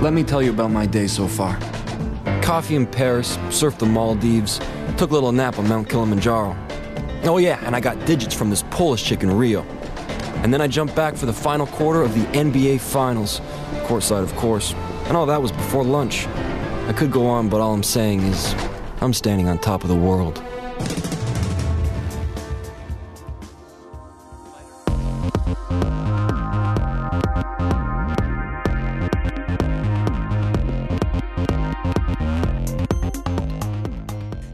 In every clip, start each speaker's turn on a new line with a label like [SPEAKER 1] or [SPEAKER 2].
[SPEAKER 1] Let me tell you about my day so far. Coffee in Paris, surfed the Maldives, took a little nap on Mount Kilimanjaro. Oh, yeah, and I got digits from this Polish chick in Rio. And then I jumped back for the final quarter of the NBA Finals, courtside, of course. And all that was before lunch. I could go on, but all I'm saying is I'm standing on top of the world.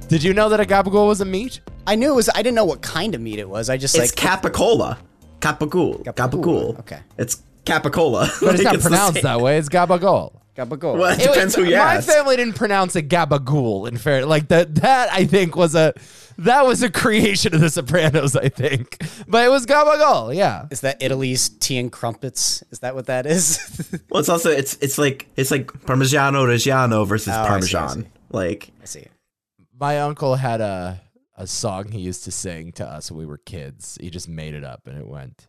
[SPEAKER 2] Did you know that a gabagool was a meat?
[SPEAKER 3] I knew it was. I didn't know what kind of meat it was. I just
[SPEAKER 4] It's
[SPEAKER 3] like
[SPEAKER 4] capicola. Capicool. Capicool.
[SPEAKER 3] okay.
[SPEAKER 4] It's capicola.
[SPEAKER 2] But it's not pronounced that way. It's gabagool.
[SPEAKER 3] gabagool.
[SPEAKER 4] Well, it depends who you
[SPEAKER 2] my
[SPEAKER 4] ask.
[SPEAKER 2] family didn't pronounce it gabagool. In fair, like that. That I think was a that was a creation of The Sopranos. I think, but it was gabagool. Yeah.
[SPEAKER 3] Is that Italy's tea and crumpets? Is that what that is?
[SPEAKER 4] Well, it's also it's it's like it's like Parmigiano Reggiano versus
[SPEAKER 3] I see, I
[SPEAKER 4] Parmesan.
[SPEAKER 3] see.
[SPEAKER 4] Like
[SPEAKER 3] I see.
[SPEAKER 2] My uncle had a a song he used to sing to us when we were kids. He just made it up, and it went.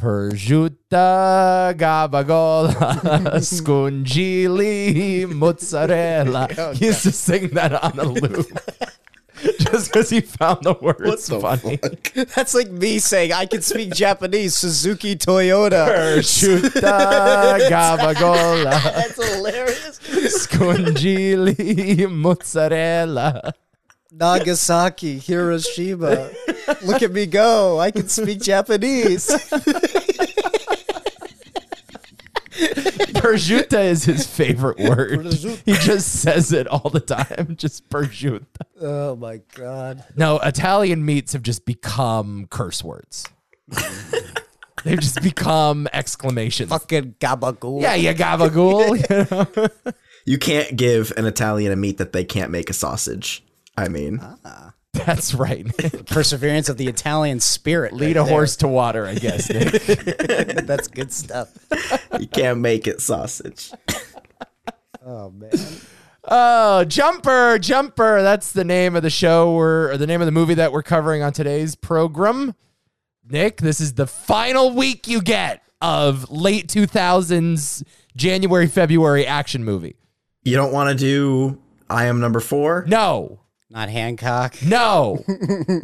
[SPEAKER 2] Prosciutta, gabagola, scungili, mozzarella. He used to sing that on a loop, just because he found the words funny.
[SPEAKER 3] That's like me saying I can speak Japanese. Suzuki Toyota.
[SPEAKER 2] Prosciutta, gabagola,
[SPEAKER 3] That's hilarious.
[SPEAKER 2] scungili, mozzarella.
[SPEAKER 3] Nagasaki, Hiroshima. Look at me go. I can speak Japanese.
[SPEAKER 2] Prosciutta is his favorite word. He just says it all the time. Just prosciutta.
[SPEAKER 3] oh my god.
[SPEAKER 2] No, Italian meats have just become curse words. They've just become exclamations.
[SPEAKER 3] Fucking gabagool.
[SPEAKER 2] Yeah, you gabagool. you know?
[SPEAKER 4] you can't give an Italian a meat that they can't make a sausage. I mean,
[SPEAKER 2] That's right.
[SPEAKER 3] Perseverance of the Italian spirit.
[SPEAKER 2] Lead a horse to water, I guess. Nick.
[SPEAKER 3] That's good stuff.
[SPEAKER 4] you can't make it sausage.
[SPEAKER 3] Oh man.
[SPEAKER 2] Oh, Jumper, Jumper. That's the name of the show we're, or the name of the movie that we're covering on today's program. Nick, this is the final week you get of late 2000s, January, February action movie.
[SPEAKER 4] You don't want to do I am number four.
[SPEAKER 2] No,
[SPEAKER 3] Not Hancock.
[SPEAKER 2] no.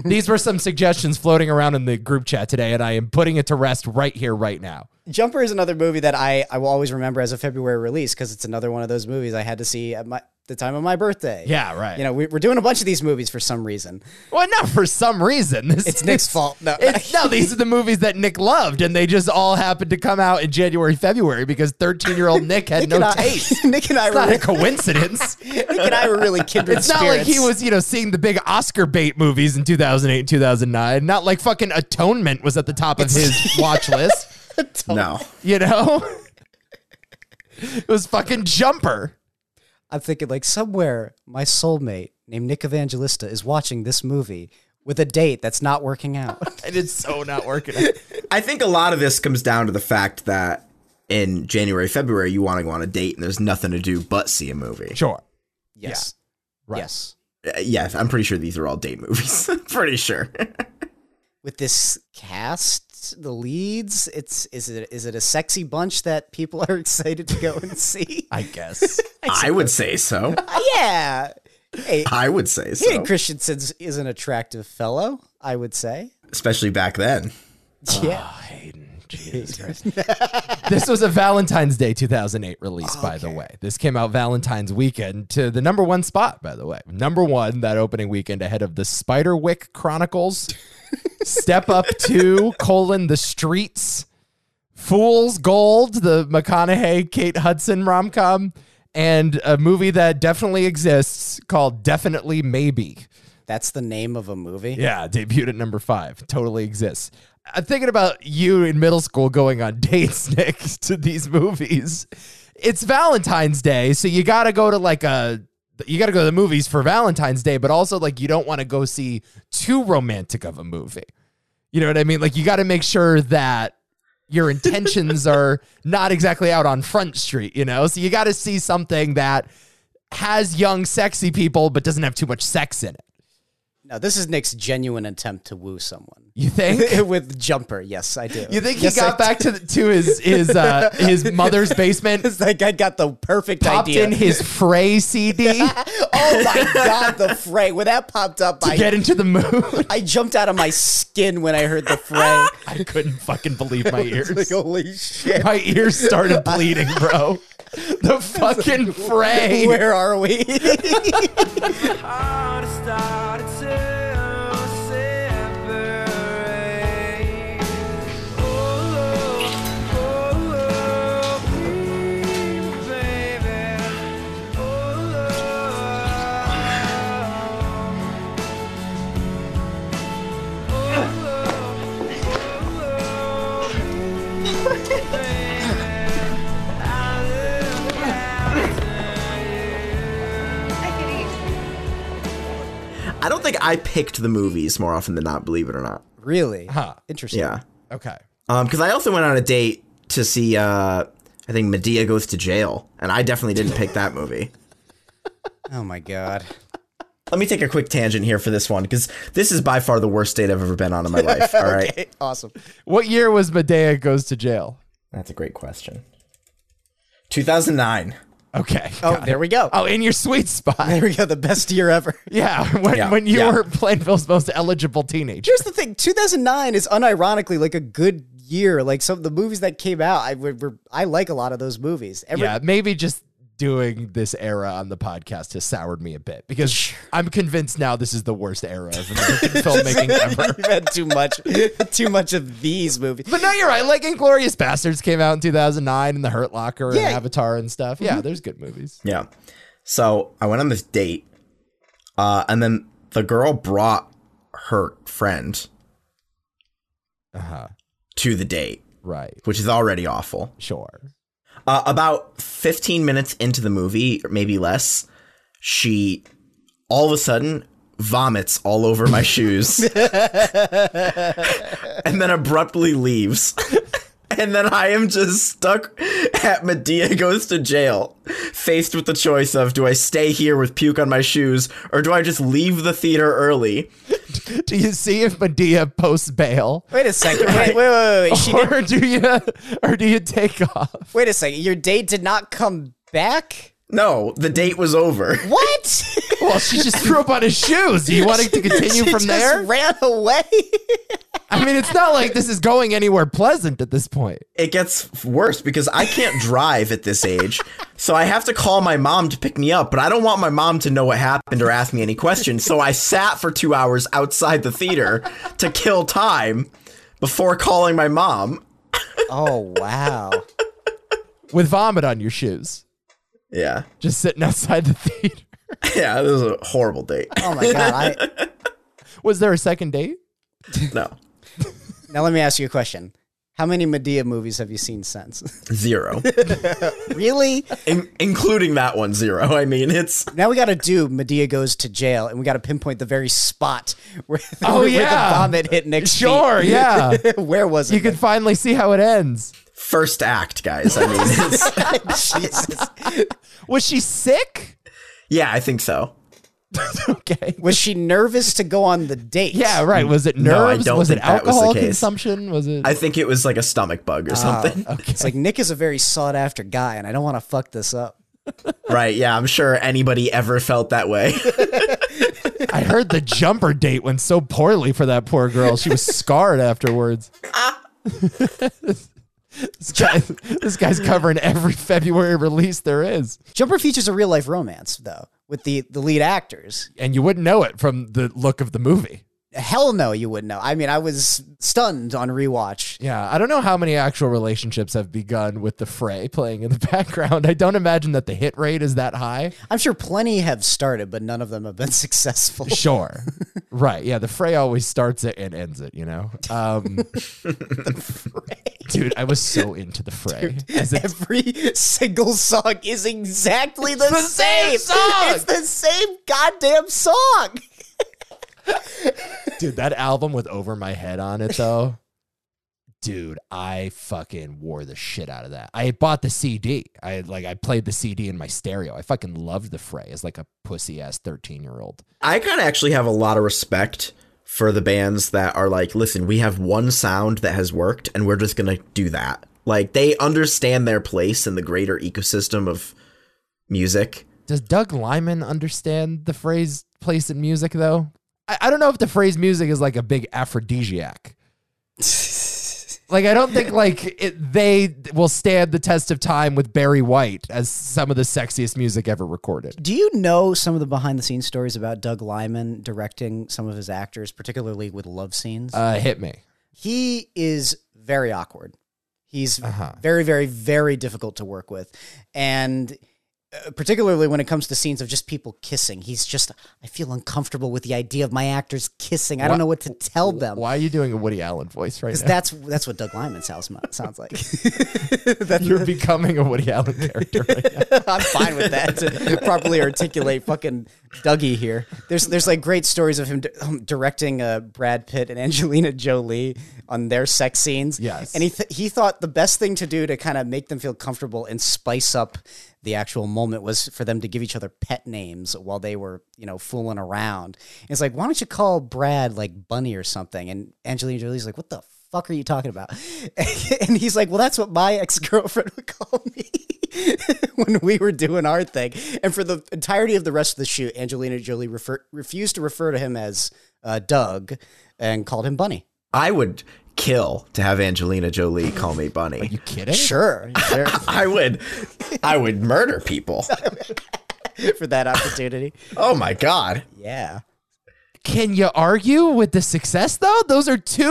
[SPEAKER 2] These were some suggestions floating around in the group chat today, and I am putting it to rest right here, right now.
[SPEAKER 3] Jumper is another movie that I, I will always remember as a February release because it's another one of those movies I had to see at my the time of my birthday.
[SPEAKER 2] Yeah, right.
[SPEAKER 3] You know, we, we're doing a bunch of these movies for some reason.
[SPEAKER 2] Well, not for some reason. This
[SPEAKER 3] It's Nick's fault. No.
[SPEAKER 2] It's, no, these are the movies that Nick loved, and they just all happened to come out in January, February because 13 year old Nick had no
[SPEAKER 3] Nick and I-
[SPEAKER 2] taste.
[SPEAKER 3] Nick and I
[SPEAKER 2] It's not
[SPEAKER 3] were
[SPEAKER 2] a coincidence.
[SPEAKER 3] Nick and I were really kindred
[SPEAKER 2] It's not like
[SPEAKER 3] spirits.
[SPEAKER 2] he was, you know, seeing the big Oscar bait movies in 2008 and 2009. Not like fucking Atonement was at the top of his watch list,
[SPEAKER 4] No,
[SPEAKER 2] you know? It was fucking Jumper.
[SPEAKER 3] I'm thinking like somewhere my soulmate named Nick Evangelista is watching this movie with a date that's not working out.
[SPEAKER 2] And it's so not working. out.
[SPEAKER 4] I think a lot of this comes down to the fact that in January, February, you want to go on a date, and there's nothing to do but see a movie.
[SPEAKER 2] Sure.
[SPEAKER 3] yes.
[SPEAKER 2] Right.
[SPEAKER 3] Yes.
[SPEAKER 4] Uh, Yeah, I'm pretty sure these are all date movies. pretty sure.
[SPEAKER 3] With this cast, the leads, it's is it is it a sexy bunch that people are excited to go and see?
[SPEAKER 2] I guess.
[SPEAKER 4] I would say so.
[SPEAKER 3] Uh, yeah. Hey,
[SPEAKER 4] I would say so.
[SPEAKER 3] Hayden Christensen is an attractive fellow, I would say.
[SPEAKER 4] Especially back then.
[SPEAKER 2] Ah.
[SPEAKER 3] Yeah.
[SPEAKER 2] Oh, Hayden, Jesus Christ. this was a Valentine's Day 2008 release, by the way. This came out Valentine's weekend to the number one spot, by the way. Number one that opening weekend ahead of the Spiderwick Chronicles, Step Up 2, colon, The Streets, Fool's Gold, the McConaughey Kate Hudson rom com, and a movie that definitely exists called Definitely Maybe.
[SPEAKER 3] That's the name of a movie.
[SPEAKER 2] Yeah, debuted at number five. Totally exists. I'm thinking about you in middle school going on dates next to these movies. It's Valentine's Day, so you got to go to like a you got to go to the movies for Valentine's Day, but also like you don't want to go see too romantic of a movie. You know what I mean? Like you got to make sure that your intentions are not exactly out on Front Street, you know? So you got to see something that has young sexy people but doesn't have too much sex in it.
[SPEAKER 3] No, this is Nick's genuine attempt to woo someone
[SPEAKER 2] You think?
[SPEAKER 3] with Jumper. Yes, I do.
[SPEAKER 2] You think he
[SPEAKER 3] Yes,
[SPEAKER 2] got
[SPEAKER 3] I
[SPEAKER 2] back to the, to his his uh, his mother's basement,
[SPEAKER 3] It's like I got the perfect
[SPEAKER 2] popped
[SPEAKER 3] idea.
[SPEAKER 2] in his Frey CD
[SPEAKER 3] oh my god, the fray! When that popped up, I,
[SPEAKER 2] to get into the mood?
[SPEAKER 3] I jumped out of my skin when I heard the fray.
[SPEAKER 2] I couldn't fucking believe my ears.
[SPEAKER 3] Holy shit!
[SPEAKER 2] My ears started bleeding, bro. The fucking Frey.
[SPEAKER 3] Where are we?
[SPEAKER 5] hard to start to separate. Oh, oh, oh, oh, please, baby. Oh, oh, oh, oh, please, baby. I look after you.
[SPEAKER 4] I don't think I picked the movies more often than not, believe it or not.
[SPEAKER 3] really?
[SPEAKER 2] Huh.
[SPEAKER 3] Interesting.
[SPEAKER 4] Yeah.
[SPEAKER 2] Okay.
[SPEAKER 4] Um, because I also went on a date to see uh I think Medea goes to jail, and I definitely didn't pick that movie.
[SPEAKER 3] Oh my god.
[SPEAKER 4] Let me take a quick tangent here for this one, because this is by far the worst date I've ever been on in my life. All right.
[SPEAKER 3] Okay, awesome.
[SPEAKER 2] What year was Medea goes to jail?
[SPEAKER 4] That's a great question. 2009.
[SPEAKER 2] Okay.
[SPEAKER 3] Oh, there we go.
[SPEAKER 2] Oh, in your sweet spot.
[SPEAKER 3] There we go. The best year ever.
[SPEAKER 2] Yeah, when,
[SPEAKER 4] Yeah,
[SPEAKER 2] when you
[SPEAKER 4] yeah.
[SPEAKER 2] were Plainville's most eligible teenager.
[SPEAKER 3] Here's the thing: 2009 is unironically like a good year. Like some of the movies that came out, I would were, I like a lot of those movies. Every,
[SPEAKER 2] yeah, maybe just doing this era on the podcast has soured me a bit because I'm convinced now this is the worst era of American filmmaking ever.
[SPEAKER 3] You've had too much, too much of these movies.
[SPEAKER 2] But no, you're right. Like Inglorious Bastards came out in 2009 and The Hurt Locker and
[SPEAKER 3] Yeah.
[SPEAKER 2] Avatar and stuff. Yeah, there's good movies.
[SPEAKER 4] Yeah. So I went on this date, uh, and then the girl brought her friend
[SPEAKER 2] Uh huh.
[SPEAKER 4] to the date,
[SPEAKER 2] Right.
[SPEAKER 4] which is already awful.
[SPEAKER 2] Sure.
[SPEAKER 4] Uh, about 15 minutes into the movie, or maybe less, she all of a sudden vomits all over my shoes and then abruptly leaves. and then I am just stuck at Medea goes to jail, faced with the choice of do I stay here with puke on my shoes or do I just leave the theater early?
[SPEAKER 2] Do you see if Medea posts bail?
[SPEAKER 3] Wait a second. Wait, wait, wait, wait. wait. She did,
[SPEAKER 2] Or do you or do you take off?
[SPEAKER 3] wait a second. Your date did not come back.
[SPEAKER 4] No, the date was over.
[SPEAKER 3] What?
[SPEAKER 2] Well, she just threw up on his shoes. Do you want it to continue
[SPEAKER 3] she
[SPEAKER 2] from
[SPEAKER 3] just
[SPEAKER 2] there?
[SPEAKER 3] Ran away.
[SPEAKER 2] I mean, it's not like this is going anywhere pleasant at this point.
[SPEAKER 4] it gets worse because I can't drive at this age. So I have to call my mom to pick me up, but I don't want my mom to know what happened or ask me any questions. So I sat for two hours outside the theater to kill time before calling my mom.
[SPEAKER 3] Oh wow.
[SPEAKER 2] With vomit on your shoes,
[SPEAKER 4] Yeah.
[SPEAKER 2] just sitting outside the theater.
[SPEAKER 4] Yeah, this was a horrible date.
[SPEAKER 3] Oh my god. I,
[SPEAKER 2] Was there a second date?
[SPEAKER 4] No.
[SPEAKER 3] now let me ask you a question. How many Medea movies have you seen since?
[SPEAKER 4] Zero.
[SPEAKER 3] really?
[SPEAKER 4] In- including that one, zero. I mean, it's
[SPEAKER 3] Now we got to do Medea goes to jail, and we got to pinpoint the very spot where,
[SPEAKER 2] Oh,
[SPEAKER 3] where
[SPEAKER 2] yeah.
[SPEAKER 3] the vomit hit Nick's feet.
[SPEAKER 2] Sure, yeah.
[SPEAKER 3] where was it?
[SPEAKER 2] You can finally see how it ends.
[SPEAKER 4] first act, guys. I mean, it's,
[SPEAKER 3] Jesus.
[SPEAKER 2] Was she sick?
[SPEAKER 4] yeah, I think so.
[SPEAKER 2] Okay.
[SPEAKER 3] Was she nervous to go on the date?
[SPEAKER 2] Yeah, right. Was it
[SPEAKER 4] Mm, No, I
[SPEAKER 2] nerves?
[SPEAKER 4] don't
[SPEAKER 2] was it
[SPEAKER 4] think that was the
[SPEAKER 2] alcohol
[SPEAKER 4] case.
[SPEAKER 2] consumption? Was it?
[SPEAKER 4] I think it was like a stomach bug or something.
[SPEAKER 3] It's like Nick is a very sought after guy, and I don't want to fuck this up.
[SPEAKER 4] Right. Yeah, I'm sure anybody ever felt that way.
[SPEAKER 2] I heard the jumper date went so poorly for that poor girl. She was scarred afterwards. this, guy, this guy's covering every February release there is.
[SPEAKER 3] Jumper features a real life romance, though, with the, the lead actors.
[SPEAKER 2] And you wouldn't know it from the look of the movie.
[SPEAKER 3] Hell no, you wouldn't know. I mean, I was stunned on rewatch.
[SPEAKER 2] Yeah, I don't know how many actual relationships have begun with the fray playing in the background. I don't imagine that the hit rate is that high.
[SPEAKER 3] I'm sure plenty have started, but none of them have been successful.
[SPEAKER 2] Sure. right. Yeah, the fray always starts it and ends it, you know? Um, Dude, I was so into the fray. As a,
[SPEAKER 3] Every single song is exactly the,
[SPEAKER 2] the same
[SPEAKER 3] same.
[SPEAKER 2] song!
[SPEAKER 3] It's the same goddamn song.
[SPEAKER 2] dude, that album with Over My Head on it, though. dude, I fucking wore the shit out of that. I bought the CD. I like I played the CD in my stereo. I fucking loved the fray as like a pussy ass 13-year-old.
[SPEAKER 4] I kind of actually have a lot of respect for the bands that are like, listen, we have one sound that has worked and we're just going to do that. Like they understand their place in the greater ecosystem of music.
[SPEAKER 2] Does Doug Lyman understand the phrase place in music though? I, I don't know if the phrase music is like a big aphrodisiac. like I don't think like it, they will stand the test of time with Barry White as some of the sexiest music ever recorded.
[SPEAKER 3] Do you know some of the behind the scenes stories about Doug Lyman directing some of his actors, particularly with love scenes?
[SPEAKER 2] Uh, hit me.
[SPEAKER 3] he is very awkward. He's
[SPEAKER 2] Uh-huh.
[SPEAKER 3] very, very, very difficult to work with. And uh, particularly when it comes to scenes of just people kissing, he's just, I feel uncomfortable with the idea of my actors kissing. I don't
[SPEAKER 2] Wha-
[SPEAKER 3] know what to tell them.
[SPEAKER 2] Why are you doing a Woody Allen voice right
[SPEAKER 3] Because
[SPEAKER 2] now?
[SPEAKER 3] that's that's what Doug Lyman sounds mu- sounds like. That's-
[SPEAKER 2] You're becoming a Woody Allen character. Right now.
[SPEAKER 3] I'm fine with that to properly articulate fucking Dougie here. There's there's like great stories of him di- um, directing uh, Brad Pitt and Angelina Jolie on their sex scenes.
[SPEAKER 2] Yes.
[SPEAKER 3] and he th- he thought the best thing to do to kind of make them feel comfortable and spice up the actual moment was for them to give each other pet names while they were you know fooling around. And it's like why don't you call Brad like Bunny or something? And Angelina Jolie's like, what the. Fuck are you talking about? And he's like, well, that's what my ex girlfriend would call me. when we were doing our thing. And for the entirety of the rest of the shoot, Angelina Jolie refer- refused to refer to him as uh, Doug and called him Bunny.
[SPEAKER 4] I would kill to have Angelina Jolie call me bunny.
[SPEAKER 2] You kidding?
[SPEAKER 3] Sure, sure,
[SPEAKER 4] I would I would murder people.
[SPEAKER 3] for that opportunity.
[SPEAKER 4] Oh my god.
[SPEAKER 3] Yeah.
[SPEAKER 2] Can you argue with the success though? Those are two.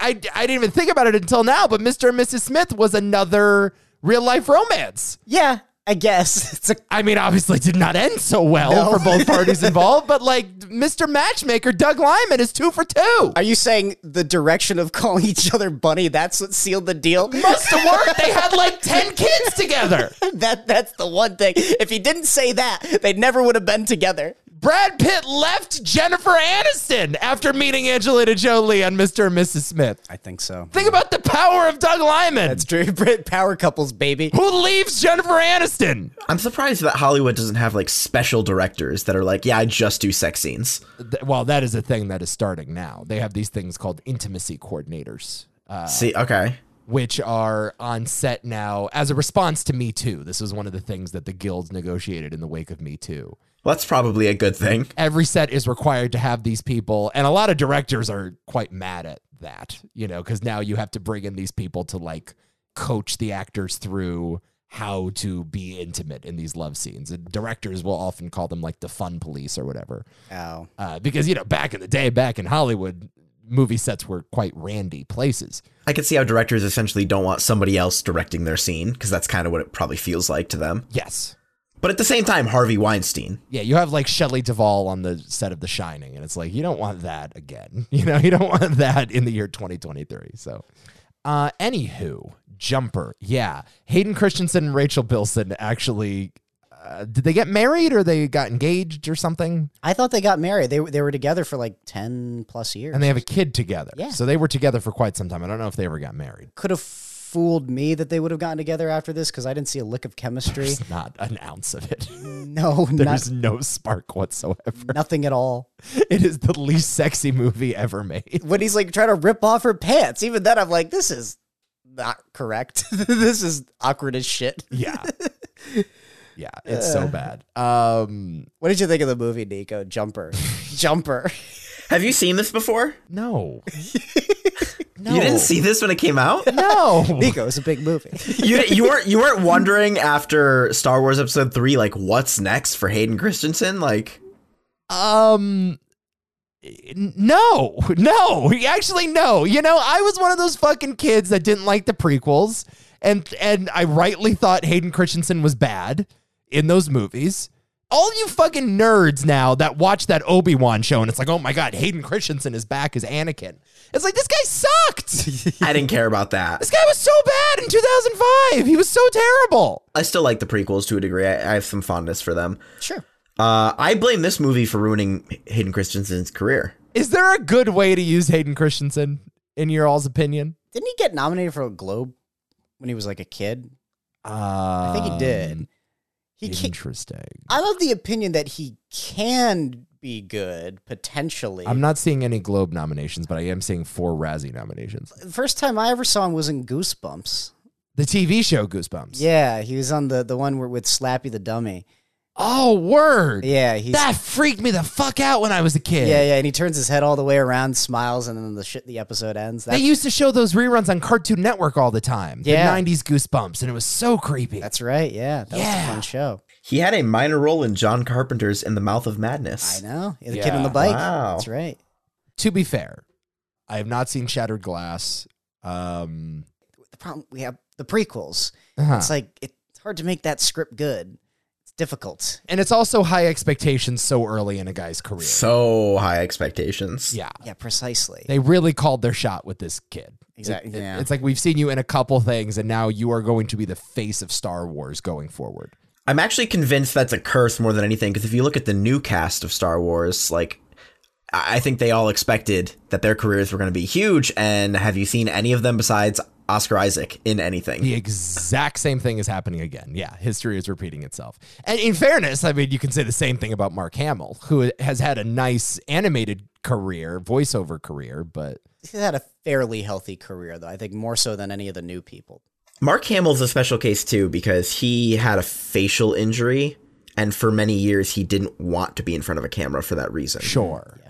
[SPEAKER 2] I, I didn't even think about it until now. But Mr. and Mrs. Smith was another real life romance.
[SPEAKER 3] Yeah, I guess. It's a,
[SPEAKER 2] I mean, obviously, it did not end so well
[SPEAKER 3] No.
[SPEAKER 2] for both parties involved. But like, Mr. Matchmaker Doug Lyman is two for two.
[SPEAKER 3] are you saying the direction of calling each other Bunny, that's what sealed the deal?
[SPEAKER 2] Must have worked. They had like ten kids together.
[SPEAKER 3] that That's the one thing. If he didn't say that, they never would have been together.
[SPEAKER 2] Brad Pitt left Jennifer Aniston after meeting Angelina Jolie on Mr. and Mrs. Smith.
[SPEAKER 3] I think so.
[SPEAKER 2] Think about the power of Doug Lyman,
[SPEAKER 3] That's true. Brit power couples, baby.
[SPEAKER 2] who leaves Jennifer Aniston.
[SPEAKER 4] I'm surprised that Hollywood doesn't have like special directors that are like, yeah, I just do sex scenes.
[SPEAKER 2] Th- Well, that is a thing that is starting now. They have these things called intimacy coordinators, uh,
[SPEAKER 4] See, okay.
[SPEAKER 2] which are on set now as a response to Me Too. This was one of the things that the guilds negotiated in the wake of Me Too.
[SPEAKER 4] Well, that's probably a good thing.
[SPEAKER 2] every set is required to have these people and a lot of directors are quite mad at that you know because now you have to bring in these people to like coach the actors through how to be intimate in these love scenes and directors will often call them like the fun police or whatever
[SPEAKER 3] Oh.
[SPEAKER 2] uh, because you know back in the day back in hollywood movie sets were quite randy places
[SPEAKER 4] I can see how directors essentially don't want somebody else directing their scene because that's kind of what it probably feels like to them.
[SPEAKER 2] yes
[SPEAKER 4] But at the same time, Harvey Weinstein.
[SPEAKER 2] yeah, you have like Shelley Duvall on the set of The Shining, and it's like you don't want that again. You know, you don't want that in the year 2023. So, uh, anywho, Jumper, yeah, Hayden Christensen and Rachel Bilson actually. Uh, did they get married or they got engaged or something?
[SPEAKER 3] I thought they got married. They, they were together for like 10 plus years.
[SPEAKER 2] And they have a kid together.
[SPEAKER 3] Yeah.
[SPEAKER 2] So they were together for quite some time. I don't know if they ever got married.
[SPEAKER 3] could have fooled me that they would have gotten together after this because I didn't see a lick of chemistry.
[SPEAKER 2] There's not an ounce of it.
[SPEAKER 3] No, not,
[SPEAKER 2] There's no spark whatsoever.
[SPEAKER 3] nothing at all.
[SPEAKER 2] It is the least sexy movie ever made.
[SPEAKER 3] When he's like trying to rip off her pants, even then I'm like, this is not correct. this is awkward as shit.
[SPEAKER 2] Yeah. Yeah, it's so bad. Um
[SPEAKER 3] What did you think of the movie, Nico? Jumper. Jumper.
[SPEAKER 4] Have you seen this before?
[SPEAKER 2] no. no.
[SPEAKER 4] You didn't see this when it came out?
[SPEAKER 2] No.
[SPEAKER 3] Nico, it's a big movie.
[SPEAKER 4] you, di- you weren't you weren't wondering after Star Wars Episode Three, like what's next for Hayden Christensen? Like,
[SPEAKER 2] Um no. No. Actually no. You know, I was one of those fucking kids that didn't like the prequels and and I rightly thought Hayden Christensen was bad in those movies. All you fucking nerds now that watch that Obi-Wan show and it's like, "Oh my god, Hayden Christensen is back as Anakin." It's like this guy sucked.
[SPEAKER 4] I didn't care about that.
[SPEAKER 2] This guy was so bad in 2005. He was so terrible.
[SPEAKER 4] I still like the prequels to a degree. I, I have some fondness for them.
[SPEAKER 3] Sure.
[SPEAKER 4] Uh, I blame this movie for ruining Hayden Christensen's career.
[SPEAKER 2] Is there a good way to use Hayden Christensen in your all's opinion?
[SPEAKER 3] Didn't he get nominated for a Globe when he was like a kid?
[SPEAKER 2] I
[SPEAKER 3] think he did.
[SPEAKER 2] Um,
[SPEAKER 3] He ca-
[SPEAKER 2] interesting.
[SPEAKER 3] I'm of the opinion that he can be good potentially.
[SPEAKER 2] I'm not seeing any Globe nominations, but I am seeing four Razzie nominations.
[SPEAKER 3] the first time I ever saw him was in Goosebumps.
[SPEAKER 2] The TV show Goosebumps.
[SPEAKER 3] Yeah, he was on the the one where, with Slappy the Dummy.
[SPEAKER 2] Oh, word.
[SPEAKER 3] Yeah, he's
[SPEAKER 2] That freaked me the fuck out when I was a kid.
[SPEAKER 3] yeah, yeah, and he turns his head all the way around, smiles, and then the shit the episode ends. That,
[SPEAKER 2] They used to show those reruns on Cartoon Network all the time.
[SPEAKER 3] Yeah.
[SPEAKER 2] The 90s Goosebumps, and it was so creepy.
[SPEAKER 3] that's right. Yeah, that was
[SPEAKER 2] Yeah.
[SPEAKER 3] a fun show.
[SPEAKER 4] He had a minor role in John Carpenter's In the Mouth of
[SPEAKER 3] I
[SPEAKER 4] Madness.
[SPEAKER 3] know. The kid
[SPEAKER 2] Yeah.
[SPEAKER 3] on the bike.
[SPEAKER 4] Wow.
[SPEAKER 3] That's right.
[SPEAKER 2] to be fair, I have not seen Shattered Glass. Um,
[SPEAKER 3] The problem we have the prequels.
[SPEAKER 2] uh-huh.
[SPEAKER 3] It's like it's hard to make that script good. It's difficult.
[SPEAKER 2] and it's also high expectations so early in a guy's career.
[SPEAKER 4] So high expectations.
[SPEAKER 2] yeah.
[SPEAKER 3] Yeah, precisely.
[SPEAKER 2] They really called their shot with this kid.
[SPEAKER 3] Exactly.
[SPEAKER 2] It- it-
[SPEAKER 3] yeah.
[SPEAKER 2] It's like we've seen you in a couple things, and now you are going to be the face of Star Wars going forward.
[SPEAKER 4] I'm actually convinced that's a curse more than anything because if you look at the new cast of Star Wars, like I I think they all expected that their careers were going to be huge. And have you seen any of them besides Oscar Isaac in anything?
[SPEAKER 2] The exact same thing is happening again. Yeah, history is repeating itself. And in fairness, I mean, you can say the same thing about Mark Hamill, who has had a nice animated career, voiceover career, but
[SPEAKER 3] He's had a fairly healthy career though. I think more so than any of the new people.
[SPEAKER 4] Mark Hamill's a special case too because he had a facial injury, and for many years he didn't want to be in front of a camera for that reason.
[SPEAKER 2] sure.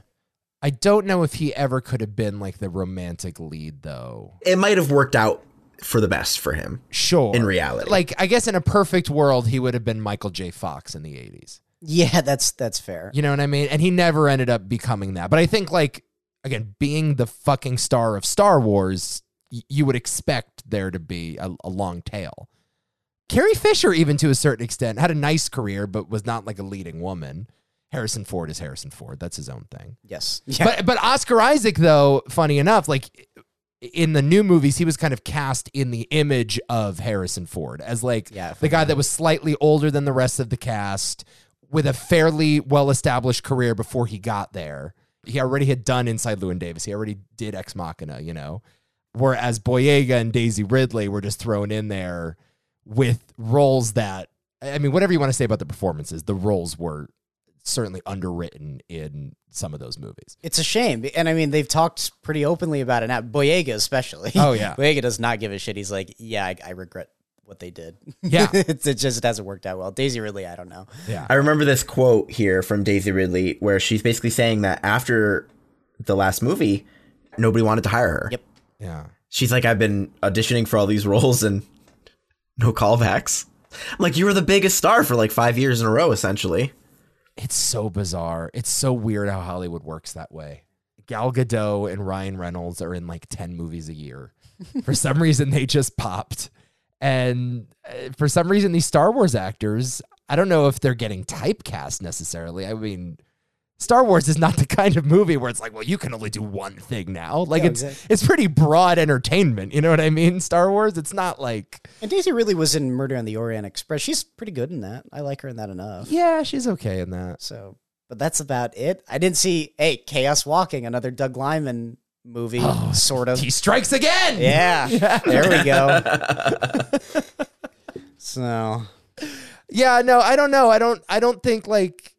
[SPEAKER 2] I don't know if he ever could have been like the romantic lead, though.
[SPEAKER 4] It might have worked out for the best for him.
[SPEAKER 2] Sure.
[SPEAKER 4] In reality.
[SPEAKER 2] Like, I guess in a perfect world, he would have been Michael J. Fox in the 80s.
[SPEAKER 3] Yeah, that's that's fair.
[SPEAKER 2] You know what I mean? And he never ended up becoming that. But I think, like, again, being the fucking star of Star Wars, y- you would expect there to be a, a long tail. Carrie Fisher, even to a certain extent, had a nice career, but was not like a leading woman. Harrison Ford is Harrison Ford. That's his own thing.
[SPEAKER 3] Yes. Yeah.
[SPEAKER 2] But but Oscar Isaac, though, funny enough, like in the new movies, he was kind of cast in the image of Harrison Ford as like
[SPEAKER 3] Yeah,
[SPEAKER 2] the guy that was slightly older than the rest of the cast with a fairly well established career before he got there. He already had done Inside Llewyn Davis. He already did Ex Machina, you know. Whereas Boyega and Daisy Ridley were just thrown in there with roles that I mean, whatever you want to say about the performances, the roles were certainly underwritten in some of those movies.
[SPEAKER 3] It's a shame. And I mean, they've talked pretty openly about it now. Boyega, especially.
[SPEAKER 2] Oh, yeah.
[SPEAKER 3] Boyega does not give a shit. He's like, yeah, I, I regret what they did.
[SPEAKER 2] Yeah.
[SPEAKER 3] it just hasn't worked out well. Daisy Ridley, I don't know.
[SPEAKER 2] Yeah.
[SPEAKER 4] I remember this quote here from Daisy Ridley where she's basically saying that after the last movie, nobody wanted to hire her.
[SPEAKER 3] Yep.
[SPEAKER 2] Yeah.
[SPEAKER 4] She's like, I've been auditioning for all these roles and no callbacks. I'm like, you were the biggest star for like five years in a row, essentially.
[SPEAKER 2] It's so bizarre. It's so weird how Hollywood works that way. Gal Gadot and Ryan Reynolds are in like 10 movies a year. For some reason, they just popped. And uh, for some reason, these Star Wars actors, I don't know if they're getting typecast necessarily. I mean, Star Wars is not the kind of movie where it's like, well, you can only do one thing now. Like
[SPEAKER 3] Yeah,
[SPEAKER 2] it's
[SPEAKER 3] exactly.
[SPEAKER 2] it's pretty broad entertainment. You know what I mean? Star Wars, it's not like
[SPEAKER 3] And Daisy Ridley was in Murder on the Orient Express. She's pretty good in that. I like her in that enough.
[SPEAKER 2] yeah, she's okay in that.
[SPEAKER 3] So, but that's about it. I didn't see, hey, Chaos Walking, another Doug Lyman movie, sort of.
[SPEAKER 2] He strikes again.
[SPEAKER 3] Yeah. There we go. so,
[SPEAKER 2] Yeah, no, I don't know. I don't I don't think like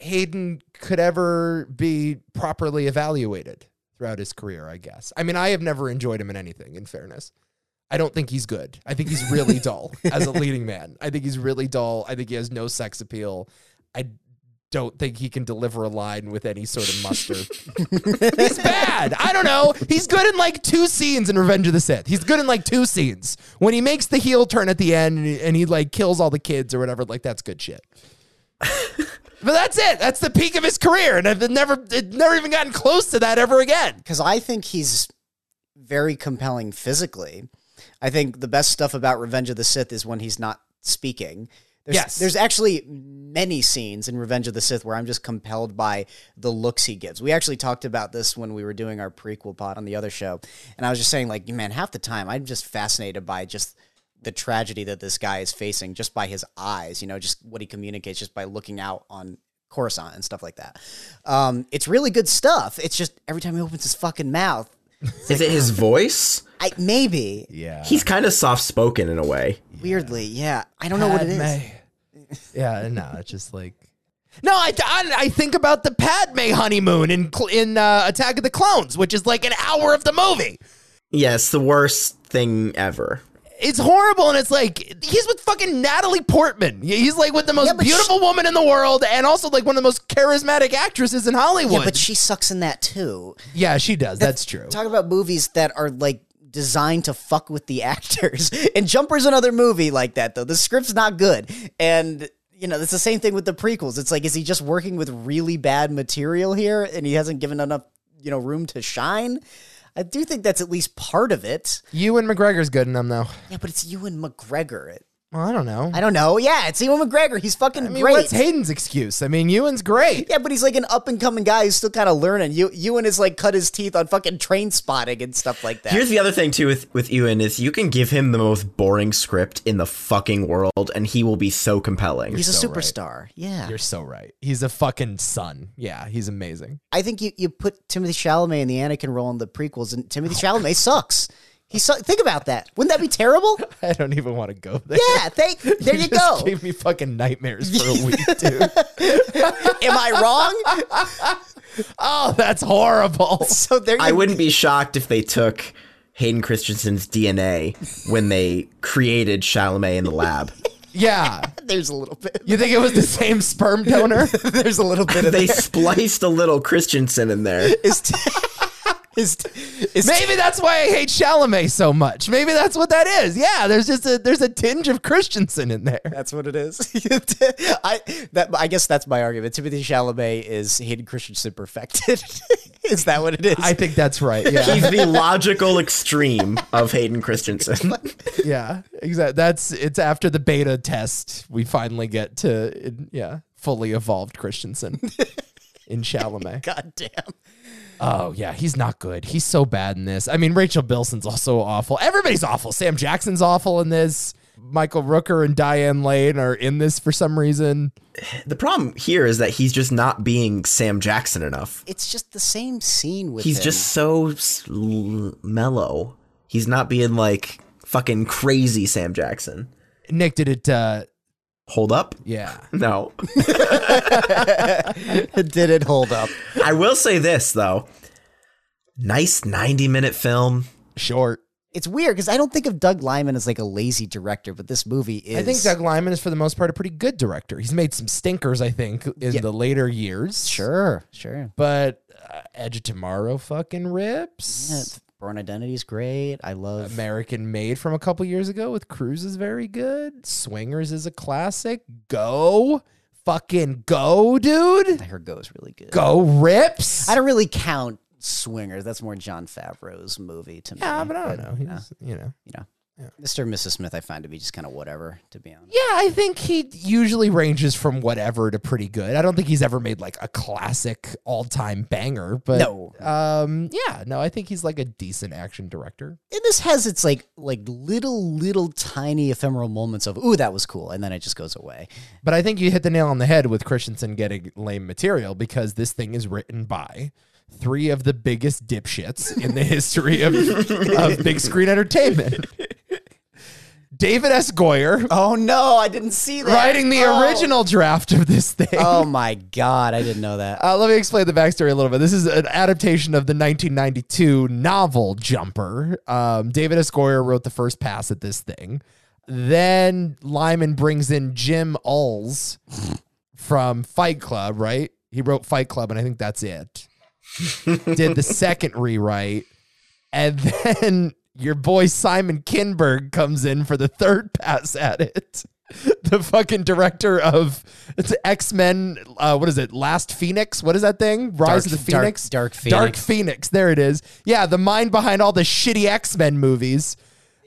[SPEAKER 2] Hayden could ever be properly evaluated throughout his career, I guess. I mean, I have never enjoyed him in anything in fairness. I don't think he's good. I think he's really dull as a leading man. I think he's really dull. I think he has no sex appeal. I don't think he can deliver a line with any sort of muster. he's bad. I don't know. He's good in like two scenes in Revenge of the Sith. He's good in like two scenes. When he makes the heel turn at the end and he, and he like kills all the kids or whatever, like that's good shit. but that's it. That's the peak of his career. And I've never, it never even gotten close to that ever again.
[SPEAKER 3] because I think he's very compelling physically. I think the best stuff about Revenge of the Sith is when he's not speaking. There's,
[SPEAKER 2] Yes.
[SPEAKER 3] there's actually many scenes in Revenge of the Sith where I'm just compelled by the looks he gives. We actually talked about this when we were doing our prequel pod on the other show, and I was just saying, like, man, half the time I'm just fascinated by just the tragedy that this guy is facing just by his eyes, you know, just what he communicates just by looking out on Coruscant and stuff like that. Um, it's really good stuff. It's just every time he opens his fucking mouth,
[SPEAKER 4] Is it his voice?
[SPEAKER 3] I, maybe
[SPEAKER 2] Yeah.
[SPEAKER 4] He's kind of soft spoken in a way.
[SPEAKER 3] weirdly, yeah. I don't know what it is.
[SPEAKER 2] Padme. yeah, no, it's just like. No, I, I, I think about the Padme honeymoon in cl- in uh, Attack of the Clones, which is like an hour of the movie.
[SPEAKER 4] Yeah, it's the worst thing ever.
[SPEAKER 2] It's horrible, and it's like he's with fucking Natalie Portman. Yeah, He's like with the most
[SPEAKER 3] Yeah, but
[SPEAKER 2] beautiful woman in the world, and also like one of the most charismatic actresses in Hollywood.
[SPEAKER 3] Yeah, but she sucks in that too.
[SPEAKER 2] Yeah, she does. That's true.
[SPEAKER 3] Talk about movies that are like designed to fuck with the actors. And Jumper's another movie like that though. The script's not good. And you know, it's the same thing with the prequels. It's like is he just working with really bad material here and he hasn't given enough, you know, room to shine? I do think that's at least part of it.
[SPEAKER 2] You and McGregor's good in them, though.
[SPEAKER 3] Yeah, but it's Ewan McGregor.
[SPEAKER 2] Well, I don't know.
[SPEAKER 3] I don't know. Yeah, it's Ewan McGregor. He's fucking
[SPEAKER 2] I mean,
[SPEAKER 3] great.
[SPEAKER 2] what's Hayden's excuse? I mean, Ewan's great.
[SPEAKER 3] Yeah, but he's like an up and coming guy who's still kind of learning. You Ewan is like cut his teeth on fucking train spotting and stuff like that.
[SPEAKER 4] Here's the other thing too with with Ewan is you can give him the most boring script in the fucking world and he will be so compelling.
[SPEAKER 3] he's
[SPEAKER 2] so
[SPEAKER 3] a
[SPEAKER 2] right.
[SPEAKER 3] superstar. Yeah,
[SPEAKER 2] You're so right. He's a fucking son. Yeah, he's amazing.
[SPEAKER 3] I think you, you put Timothy Chalamet in the Anakin role in the prequels, and Timothy
[SPEAKER 2] Oh,
[SPEAKER 3] Chalamet sucks. He su- think about that. Wouldn't that be terrible?
[SPEAKER 2] I don't even want to go there.
[SPEAKER 3] Yeah, thank. There you,
[SPEAKER 2] just
[SPEAKER 3] go.
[SPEAKER 2] Gave me fucking nightmares for a week, dude.
[SPEAKER 3] Am I wrong?
[SPEAKER 2] oh, that's horrible.
[SPEAKER 3] So there you
[SPEAKER 4] I wouldn't be shocked if they took Hayden Christensen's DNA when they created Chalamet in the lab.
[SPEAKER 2] Yeah,
[SPEAKER 3] There's a little bit.
[SPEAKER 2] you think it was the same sperm donor?
[SPEAKER 3] There's a little bit of
[SPEAKER 4] they spliced a little Christensen in there.
[SPEAKER 3] is t- is t- is t-
[SPEAKER 2] Maybe that's why I hate Chalamet so much. Maybe that's what that is. Yeah, there's just a there's a tinge of Christensen in there.
[SPEAKER 3] That's what it is. I that I guess that's my argument. Timothy Chalamet is Hayden Christensen perfected. is that what it is?
[SPEAKER 2] I think that's right. Yeah,
[SPEAKER 4] He's the logical extreme of Hayden Christensen.
[SPEAKER 2] yeah, exactly. That's it's after the beta test we finally get to yeah fully evolved Christensen in Chalamet.
[SPEAKER 3] God damn.
[SPEAKER 2] Oh yeah, he's not good. He's so bad in this. I mean, Rachel Bilson's also awful. Everybody's awful. Sam Jackson's awful in this. Michael Rooker and Diane Lane are in this for some reason.
[SPEAKER 4] The problem here is that he's just not being Sam Jackson enough.
[SPEAKER 3] It's just the same scene with
[SPEAKER 4] He's
[SPEAKER 3] him.
[SPEAKER 4] just so s- l- mellow. He's not being like fucking crazy Sam Jackson.
[SPEAKER 2] Nick did it. Uh,
[SPEAKER 4] Hold up.
[SPEAKER 2] yeah,
[SPEAKER 4] No.
[SPEAKER 3] did it hold up?
[SPEAKER 4] I will say this though. Nice 90 minute film.
[SPEAKER 2] short.
[SPEAKER 3] It's weird because I don't think of Doug Lyman as like a lazy director, but this movie is.
[SPEAKER 2] I think Doug Lyman is for the most part a pretty good director. He's made some stinkers, I think, in
[SPEAKER 3] Yeah.
[SPEAKER 2] the later years.
[SPEAKER 3] sure, sure.
[SPEAKER 2] but uh, Edge of Tomorrow fucking rips.
[SPEAKER 3] Yeah, Born Identity is great. I love.
[SPEAKER 2] American Made from a couple years ago with Cruise is very good. Swingers is a classic. Go. Fucking go, dude.
[SPEAKER 3] I heard Go is really good.
[SPEAKER 2] Go rips.
[SPEAKER 3] I don't really count Swingers. That's more John Favreau's movie to me.
[SPEAKER 2] yeah, but I don't know. He's, you know.
[SPEAKER 3] you know, Mr. and Mrs. Smith, I find to be just kind of whatever, to be honest.
[SPEAKER 2] Yeah, I think he usually ranges from whatever to pretty good. I don't think he's ever made like a classic all-time banger, but
[SPEAKER 3] No.
[SPEAKER 2] um yeah, no, I think he's like a decent action director.
[SPEAKER 3] And this has its like like little little tiny ephemeral moments of ooh that was cool, and then it just goes away.
[SPEAKER 2] But I think you hit the nail on the head with Christensen getting lame material because this thing is written by three of the biggest dipshits in the history of, of big screen entertainment. David S. Goyer
[SPEAKER 3] Oh no, I didn't see that.
[SPEAKER 2] writing the original draft of this thing.
[SPEAKER 3] Oh my god, I didn't know that.
[SPEAKER 2] Uh, let me explain the backstory a little bit. This is an adaptation of the 1992 novel Jumper. Um, David S. Goyer wrote the first pass at this thing. Then Lyman brings in Jim Ulls from Fight Club, right? He wrote Fight Club, and I think that's it. Did the second rewrite. And then your boy Simon Kinberg comes in for the third pass at it. The fucking director of it's X Men. Uh, what is it? Last Phoenix. What is that thing? Rise of the
[SPEAKER 3] Dark- Dark-
[SPEAKER 2] Phoenix.
[SPEAKER 3] Dark
[SPEAKER 2] Dark
[SPEAKER 3] Phoenix.
[SPEAKER 2] Phoenix. There it is. Yeah, the mind behind all the shitty X Men movies.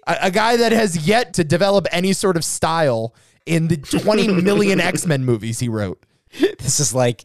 [SPEAKER 2] A, a guy that has yet to develop any sort of style in the 20 million X Men movies he wrote.
[SPEAKER 3] This is like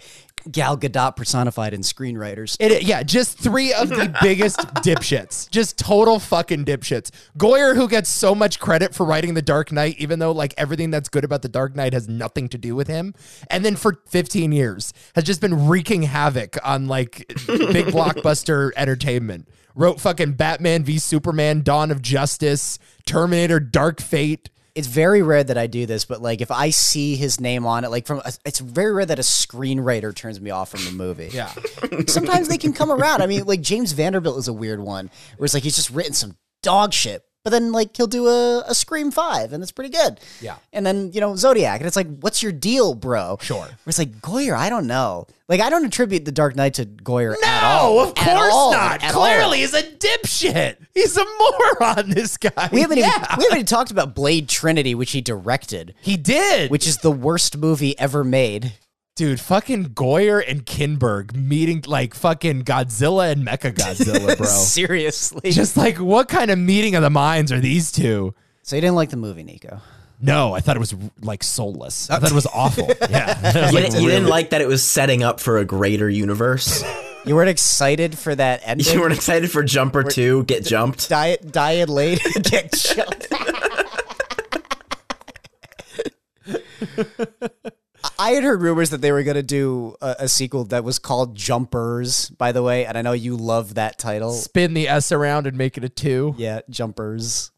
[SPEAKER 3] Gal Gadot personified in screenwriters.
[SPEAKER 2] It, yeah, just three of the biggest dipshits. Just total fucking dipshits. Goyer, who gets so much credit for writing The Dark Knight, even though like everything that's good about The Dark Knight has nothing to do with him. And then for 15 years has just been wreaking havoc on like big blockbuster entertainment. Wrote fucking Batman v Superman, Dawn of Justice, Terminator, Dark Fate.
[SPEAKER 3] it's very rare that I do this, but like if I see his name on it, like from a, it's very rare that a screenwriter turns me off from the movie.
[SPEAKER 2] Yeah.
[SPEAKER 3] Sometimes they can come around. I mean, like James Vanderbilt is a weird one where it's like he's just written some dog shit, but then like he'll do a, a Scream 5 and it's pretty good.
[SPEAKER 2] Yeah.
[SPEAKER 3] And then, you know, Zodiac. And it's like, what's your deal, bro?
[SPEAKER 2] Sure.
[SPEAKER 3] Where it's like, Goyer, I don't know. Like, I don't attribute The Dark Knight to Goyer at all.
[SPEAKER 2] No, of
[SPEAKER 3] At
[SPEAKER 2] course
[SPEAKER 3] all.
[SPEAKER 2] not.
[SPEAKER 3] At all.
[SPEAKER 2] Clearly, he's a dipshit. He's a moron. This guy.
[SPEAKER 3] We haven't,
[SPEAKER 2] yeah.
[SPEAKER 3] even, we haven't even talked about Blade Trinity, which he directed.
[SPEAKER 2] He did.
[SPEAKER 3] which is the worst movie ever made.
[SPEAKER 2] dude, fucking Goyer and Kinberg meeting like fucking Godzilla and Mecha Godzilla, bro.
[SPEAKER 3] Seriously.
[SPEAKER 2] Just like what kind of meeting of the minds are these two?
[SPEAKER 3] so you didn't like the movie, Nico.
[SPEAKER 2] No, I thought it was like soulless. I thought it was awful. yeah. I was
[SPEAKER 4] You,
[SPEAKER 2] like,
[SPEAKER 4] didn't- you didn't like that it was setting up for a greater universe.
[SPEAKER 3] You weren't excited for that ending.
[SPEAKER 4] you weren't excited for Jumper 2, Get Jumped.
[SPEAKER 3] die, die and late get jumped. I had heard rumors that they were going to do a, a sequel that was called Jumpers, by the way, and I know you love that title.
[SPEAKER 2] spin the S around and make it a two.
[SPEAKER 3] Yeah, Jumpers.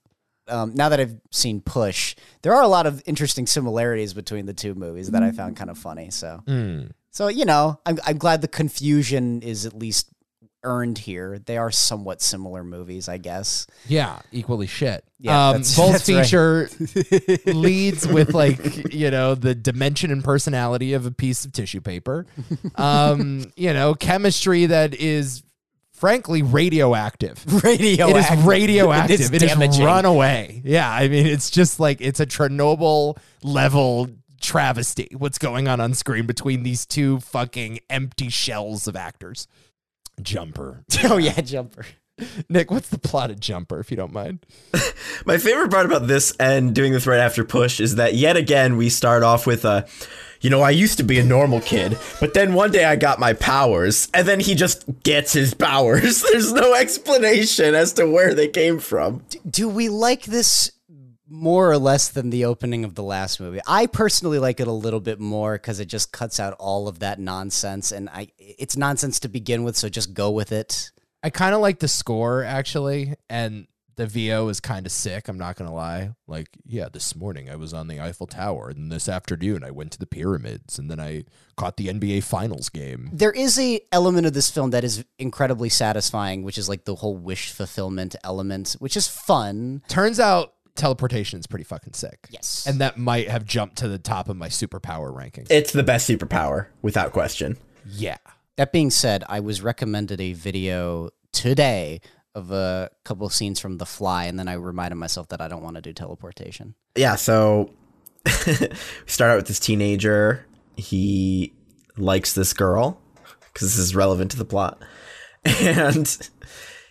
[SPEAKER 3] Um, now that I've seen Push, there are a lot of interesting similarities between the two movies that I found kind of funny. So,
[SPEAKER 2] Hmm.
[SPEAKER 3] so you know, I'm I'm glad the confusion is at least earned here. They are somewhat similar movies, I guess.
[SPEAKER 2] Yeah, equally shit.
[SPEAKER 3] Yeah,
[SPEAKER 2] um,
[SPEAKER 3] that's-
[SPEAKER 2] Bull's
[SPEAKER 3] that's right.
[SPEAKER 2] feature leads with like you know the dimension and personality of a piece of tissue paper. Um, you know, chemistry that is frankly radioactive. It
[SPEAKER 3] Radioactive.
[SPEAKER 2] is radioactive. It is
[SPEAKER 3] damaging.
[SPEAKER 2] run away. Yeah, I mean, it's just like it's a Chernobyl level travesty. What's going on on screen between these two fucking empty shells of actors? Jumper,
[SPEAKER 3] Oh yeah, Jumper.
[SPEAKER 2] Nick. What's the plot of Jumper, if you don't mind?
[SPEAKER 4] My favorite part about this and doing this right after push is that yet again we start off with a you know, I used to be a normal kid, but then one day I got my powers, and then he just gets his powers. There's no explanation as to where they came from.
[SPEAKER 3] Do we like this more or less than the opening of the last movie? I personally like it a little bit more because it just cuts out all of that nonsense, and I it's nonsense to begin with, so just go with it.
[SPEAKER 2] I kind of like the score actually, and the VO is kind of sick. I'm not gonna lie. Like, yeah, this morning I was on the Eiffel Tower, and this afternoon I went to the pyramids, and then I caught the NBA Finals game.
[SPEAKER 3] there is a element of this film that is incredibly satisfying, which is like the whole wish fulfillment element, which is fun.
[SPEAKER 2] Turns out teleportation is pretty fucking sick.
[SPEAKER 3] Yes.
[SPEAKER 2] and that might have jumped to the top of my superpower ranking.
[SPEAKER 4] It's the best superpower, without question.
[SPEAKER 2] yeah,
[SPEAKER 3] That being said, I was recommended a video today of a couple of scenes from The Fly, and then I reminded myself that I don't want to do teleportation.
[SPEAKER 4] yeah, so we start out with this teenager. He likes this girl because this is relevant to the plot, and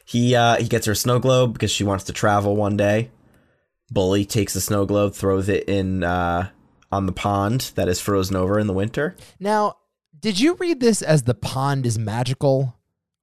[SPEAKER 4] he uh, he gets her a snow globe because she wants to travel one day. Bully takes the snow globe, throws it in uh, on the pond that is frozen over in the winter.
[SPEAKER 2] Now, did you read this as the pond is magical,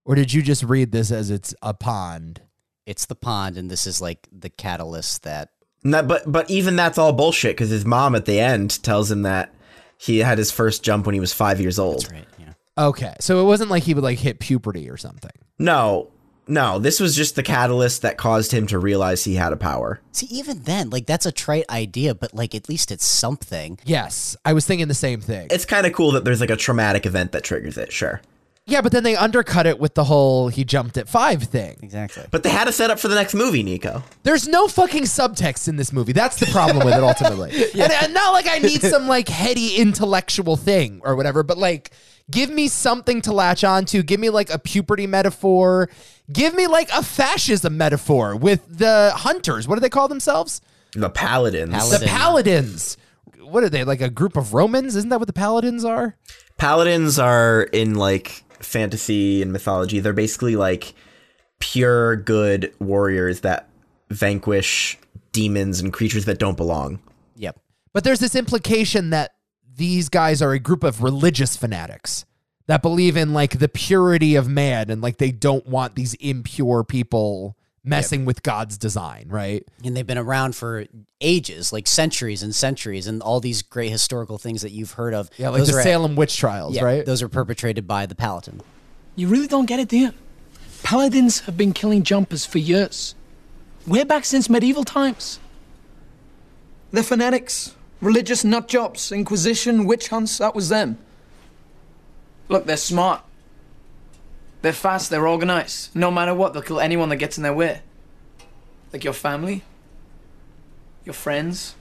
[SPEAKER 2] or did you just read this as it's a pond?
[SPEAKER 3] It's the pond, and this is like the catalyst that
[SPEAKER 4] And that, but but even that's all bullshit because his mom at the end tells him that he had his first jump when he was five years old.
[SPEAKER 3] right, yeah.
[SPEAKER 2] Okay, so it wasn't like he would like hit puberty or something.
[SPEAKER 4] No, no, this was just the catalyst that caused him to realize he had a power.
[SPEAKER 3] See, even then, like that's a trite idea, but like at least it's something.
[SPEAKER 2] Yes, I was thinking the same thing.
[SPEAKER 4] It's kind of cool that there's like a traumatic event that triggers it, sure.
[SPEAKER 2] yeah, but then they undercut it with the whole he jumped at five thing.
[SPEAKER 3] Exactly.
[SPEAKER 4] But they had a setup for the next movie, Nico.
[SPEAKER 2] There's no fucking subtext in this movie. That's the problem with it ultimately. and, and not like I need some like heady intellectual thing or whatever, but like give me something to latch onto. Give me like a puberty metaphor. Give me like a fascism metaphor with the hunters. What do they call themselves?
[SPEAKER 4] The Paladins.
[SPEAKER 3] Paladin.
[SPEAKER 2] The paladins. What are they? Like a group of Romans? Isn't that what the paladins are?
[SPEAKER 4] Paladins are in like fantasy and mythology. They're basically like pure good warriors that vanquish demons and creatures that don't belong.
[SPEAKER 3] Yep.
[SPEAKER 2] But there's this implication that these guys are a group of religious fanatics that believe in like the purity of man and like they don't want these impure people messing with God's design, right?
[SPEAKER 3] and they've been around for ages, like centuries and centuries, and all these great historical things that you've heard of.
[SPEAKER 2] Yeah, like
[SPEAKER 3] those
[SPEAKER 2] the
[SPEAKER 3] are-
[SPEAKER 2] Salem witch trials,
[SPEAKER 3] yeah,
[SPEAKER 2] right?
[SPEAKER 3] Those are perpetrated by the Palatine.
[SPEAKER 6] You really don't get it, do you? Paladins have been killing jumpers for years. We're back since medieval times.
[SPEAKER 7] They're fanatics, religious nutjobs, Inquisition, witch hunts, that was them. Look, they're smart. They're fast, they're organized. No matter what, they'll kill anyone that gets in their way. Like your family, your friends,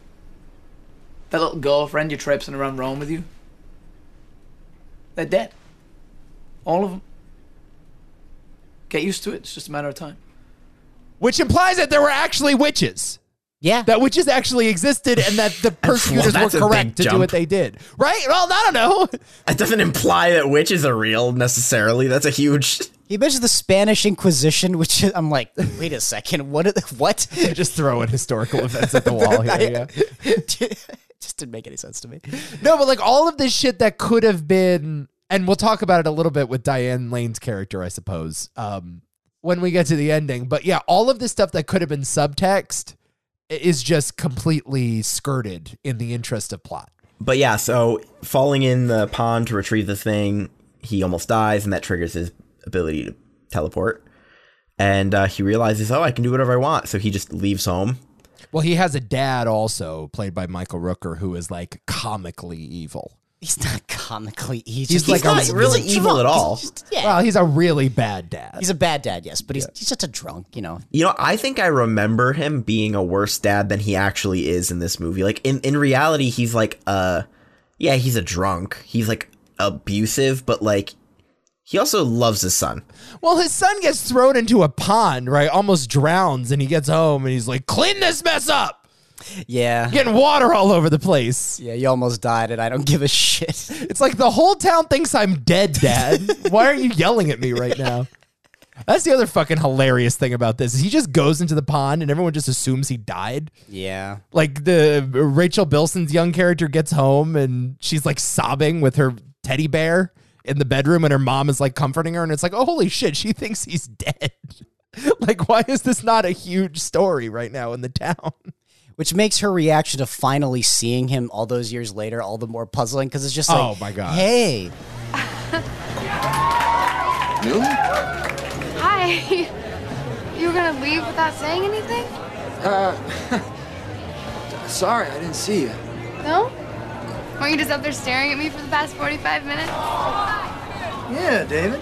[SPEAKER 7] that little girlfriend you're traipsing around Rome with you. They're dead. All of them. Get used to it, it's just a matter of time.
[SPEAKER 2] Which implies that there were actually witches.
[SPEAKER 3] Yeah,
[SPEAKER 2] That witches actually existed and that the persecutors
[SPEAKER 4] that's
[SPEAKER 2] were
[SPEAKER 4] a big
[SPEAKER 2] correct to do
[SPEAKER 4] jump.
[SPEAKER 2] what they did. Right? Well, I don't know.
[SPEAKER 4] That doesn't imply that witches are real necessarily. That's a huge.
[SPEAKER 3] he mentioned the Spanish Inquisition, which I'm like, wait a second, what? are- What?
[SPEAKER 2] Just throwing historical events at the wall here. Yeah.
[SPEAKER 3] just didn't make any sense to me.
[SPEAKER 2] No, but like all of this shit that could have been, and we'll talk about it a little bit with Diane Lane's character, I suppose, um, when we get to the ending. But yeah, all of this stuff that could have been subtext i- is just completely skirted in the interest of plot.
[SPEAKER 4] But yeah, so falling in the pond to retrieve the thing, he almost dies, and that triggers his ability to teleport. And uh, he realizes, oh, I can do whatever I want. So he just leaves home.
[SPEAKER 2] Well, he has a dad also, played by Michael Rooker, who is like comically evil.
[SPEAKER 3] He's not comically. He's,
[SPEAKER 2] He's
[SPEAKER 3] just
[SPEAKER 2] like
[SPEAKER 3] like
[SPEAKER 2] a-
[SPEAKER 3] a,
[SPEAKER 4] He's not really evil
[SPEAKER 3] drunk.
[SPEAKER 4] at all.
[SPEAKER 3] He's just- yeah,
[SPEAKER 2] Well, he's a really bad dad.
[SPEAKER 3] he's a bad dad, yes, but he's he's just a drunk. You know,
[SPEAKER 4] You know, I think I remember him being a worse dad than he actually is in this movie. Like in in reality, he's like uh yeah, he's a drunk. He's like abusive, but like he also loves his son.
[SPEAKER 2] Well, his son gets thrown into a pond, right? Almost drowns, and he gets home and he's like, clean this mess up!
[SPEAKER 3] yeah,
[SPEAKER 2] Getting water all over the place.
[SPEAKER 3] yeah. You almost died, and I don't give a shit.
[SPEAKER 2] It's like the whole town thinks I'm dead, Dad. Why are you yelling at me right now? That's the other fucking hilarious thing about this. Is he just goes into the pond and everyone just assumes he died.
[SPEAKER 3] Yeah,
[SPEAKER 2] Like the Rachel Bilson's young character gets home and she's like sobbing with her teddy bear in the bedroom and her mom is like comforting her and it's like, "Oh holy shit, she thinks he's dead." like why is this not a huge story right now in the town?
[SPEAKER 3] which makes her reaction to finally seeing him all those years later all the more puzzling because it's just like,
[SPEAKER 2] Oh my God.
[SPEAKER 3] hey,
[SPEAKER 8] Hi. You were gonna leave without saying anything?
[SPEAKER 7] Sorry, I didn't see you.
[SPEAKER 8] No? Weren't you just up there staring at me for the past 45 minutes?
[SPEAKER 7] Yeah, David.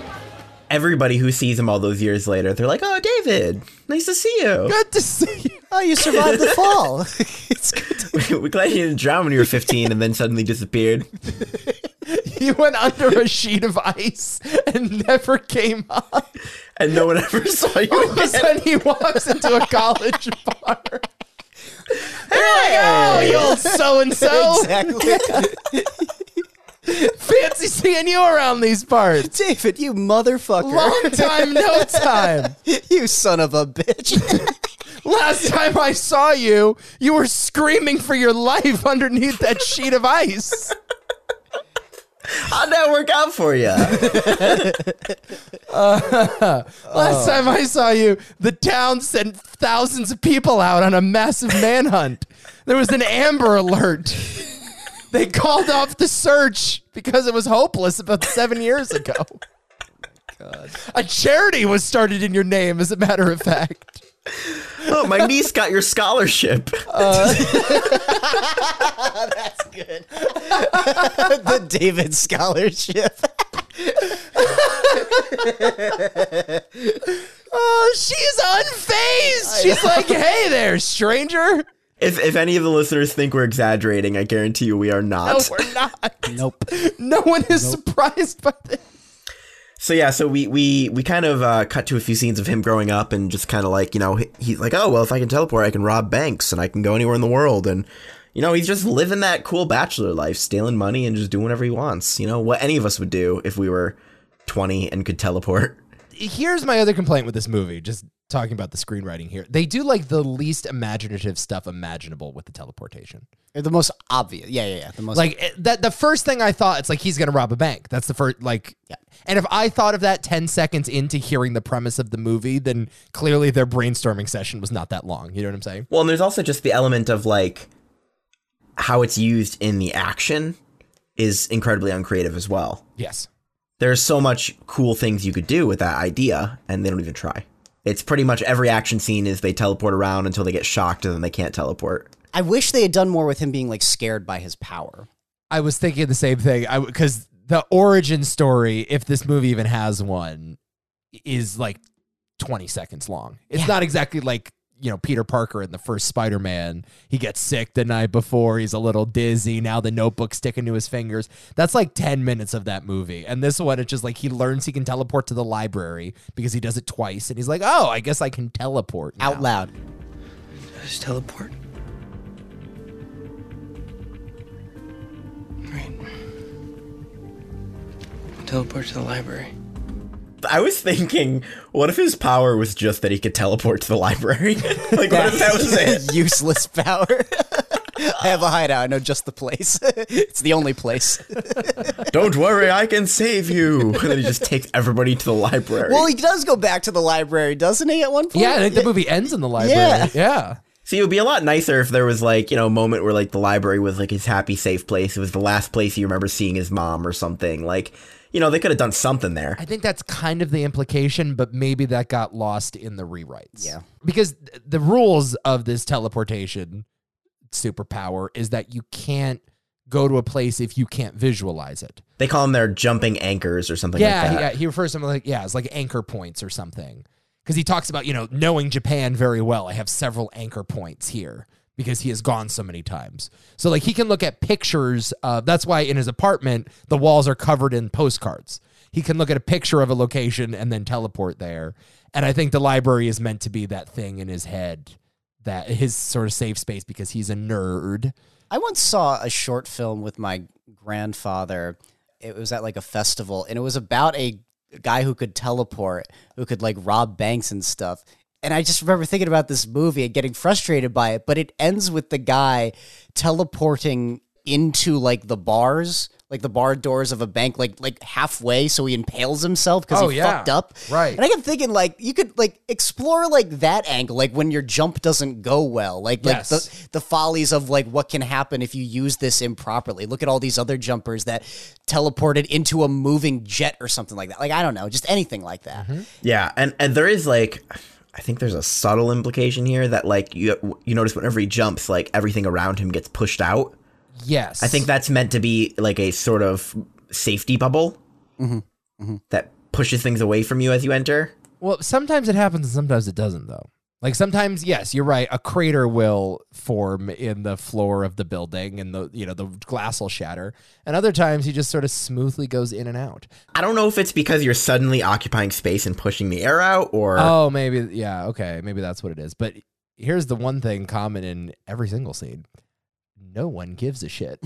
[SPEAKER 4] Everybody who sees him all those years later, they're like, "Oh, David, nice to see you.
[SPEAKER 2] Good to see you.
[SPEAKER 3] oh, you survived the fall. it's good. to-
[SPEAKER 4] We're glad you didn't drown when you were 15 and then suddenly disappeared."
[SPEAKER 2] He went under a sheet of ice and never came up.
[SPEAKER 4] And no one ever saw you
[SPEAKER 2] All of a
[SPEAKER 4] again.
[SPEAKER 2] sudden, he walks into a college bar. They're like, oh, you old so and so.
[SPEAKER 3] Exactly.
[SPEAKER 2] Fancy seeing you around these parts.
[SPEAKER 3] David, you motherfucker.
[SPEAKER 2] Long time, no time.
[SPEAKER 3] you son of a bitch.
[SPEAKER 2] Last time I saw you, you were screaming for your life underneath that sheet of ice.
[SPEAKER 4] How'd that work out for you?
[SPEAKER 2] Last time I saw you, the town sent thousands of people out on a massive manhunt. There was an Amber Alert. They called off the search because it was hopeless about seven years ago. A charity was started in your name, as a matter of fact.
[SPEAKER 4] oh, my niece got your scholarship.
[SPEAKER 3] the David Scholarship.
[SPEAKER 2] Oh, she's unfazed. She's like, hey there, stranger.
[SPEAKER 4] If, if any of the listeners think we're exaggerating, I guarantee you we are not.
[SPEAKER 2] No, we're not.
[SPEAKER 3] Nope.
[SPEAKER 2] No one is surprised by this.
[SPEAKER 4] So yeah, so we we we kind of uh, cut to a few scenes of him growing up and just kind of like you know he- he's like oh well if I can teleport I can rob banks and I can go anywhere in the world and you know he's just living that cool bachelor life stealing money and just doing whatever he wants you know what any of us would do if we were twenty and could teleport
[SPEAKER 2] here's my other complaint with this movie just talking about the screenwriting here. They do like the least imaginative stuff imaginable with the teleportation.
[SPEAKER 3] The most obvious. Yeah, yeah, yeah. The most
[SPEAKER 2] Like it- that the first thing I thought it's like he's going to rob a bank. That's the first like And if I thought of that 10 seconds into hearing the premise of the movie, then clearly their brainstorming session was not that long. You know what I'm saying?
[SPEAKER 4] Well, and there's also just the element of like how it's used in the action is incredibly uncreative as well.
[SPEAKER 2] Yes.
[SPEAKER 4] There's so much cool things you could do with that idea, and they don't even try. It's pretty much every action scene is they teleport around until they get shocked and then they can't teleport.
[SPEAKER 3] I wish they had done more with him being like scared by his power.
[SPEAKER 2] I was thinking the same thing. I because the origin story, if this movie even has one, is like twenty seconds long. It's not exactly like you know Peter Parker in the first Spider Man. He gets sick the night before. He's a little dizzy. Now the notebook sticking to his fingers. That's like ten minutes of that movie. And this one, it's just like he learns he can teleport to the library because he does it twice, and he's like, oh, I guess I can teleport now."
[SPEAKER 3] Out loud.
[SPEAKER 5] Just teleport. Right. Teleport to the library.
[SPEAKER 4] I was thinking, what if his power was just that he could teleport to the library? like, what if that was it?
[SPEAKER 3] Useless power. I have a hideout. I know just the place. it's the only place.
[SPEAKER 4] Don't worry, I can save you. And then he just takes everybody to the library.
[SPEAKER 3] well, he does go back to the library, doesn't he? At one point.
[SPEAKER 2] Yeah, I think the movie ends in the library.
[SPEAKER 3] Yeah.
[SPEAKER 2] yeah.
[SPEAKER 4] See, it would be a lot nicer if there was like, you know, a moment where like the library was like his happy, safe place. It was the last place he remembers seeing his mom or something. Like, you know, they could have done something there.
[SPEAKER 2] I think that's kind of the implication, but maybe that got lost in the rewrites.
[SPEAKER 3] Yeah.
[SPEAKER 2] Because th- the rules of this teleportation superpower is that you can't go to a place if you can't visualize it.
[SPEAKER 4] They call them their jumping anchors or something
[SPEAKER 2] yeah,
[SPEAKER 4] like
[SPEAKER 2] he-
[SPEAKER 4] that.
[SPEAKER 2] yeah, he refers to them like yeah, it's like anchor points or something. Because he talks about you know knowing Japan very well. I have several anchor points here because he has gone so many times. So like he can look at pictures. Of, that's why in his apartment the walls are covered in postcards. He can look at a picture of a location and then teleport there. And I think the library is meant to be that thing in his head, that his sort of safe space because he's a nerd.
[SPEAKER 3] I once saw a short film with my grandfather. It was at like a festival, and it was about a guy who could teleport, who could like rob banks and stuff. And I just remember thinking about this movie and getting frustrated by it. But it ends with the guy teleporting into like the bars, like the bar doors of a bank, like like halfway, so he impales himself because
[SPEAKER 2] Oh,
[SPEAKER 3] he
[SPEAKER 2] yeah.
[SPEAKER 3] fucked up.
[SPEAKER 2] Right.
[SPEAKER 3] And I kept thinking like you could like explore like that angle, like when your jump doesn't go well, like like
[SPEAKER 2] Yes.
[SPEAKER 3] the the follies of like what can happen if you use this improperly. Look at all these other jumpers that teleported into a moving jet or something like that. Like I don't know, just anything like that.
[SPEAKER 2] Mm-hmm.
[SPEAKER 4] Yeah, and and there is like, I think there's a subtle implication here that like you you notice whenever he jumps, like everything around him gets pushed out.
[SPEAKER 2] Yes,
[SPEAKER 4] I think that's meant to be like a sort of safety bubble
[SPEAKER 2] Mm-hmm.
[SPEAKER 4] that pushes things away from you as you enter.
[SPEAKER 2] Well, sometimes it happens and sometimes it doesn't, though. Like sometimes, yes, you're right. A crater will form in the floor of the building, and the you know the glass will shatter. And other times, he just sort of smoothly goes in and out.
[SPEAKER 4] I don't know if it's because you're suddenly occupying space and pushing the air out, or
[SPEAKER 2] Oh, maybe yeah, okay, maybe that's what it is. But here's the one thing common in every single scene: no one gives a shit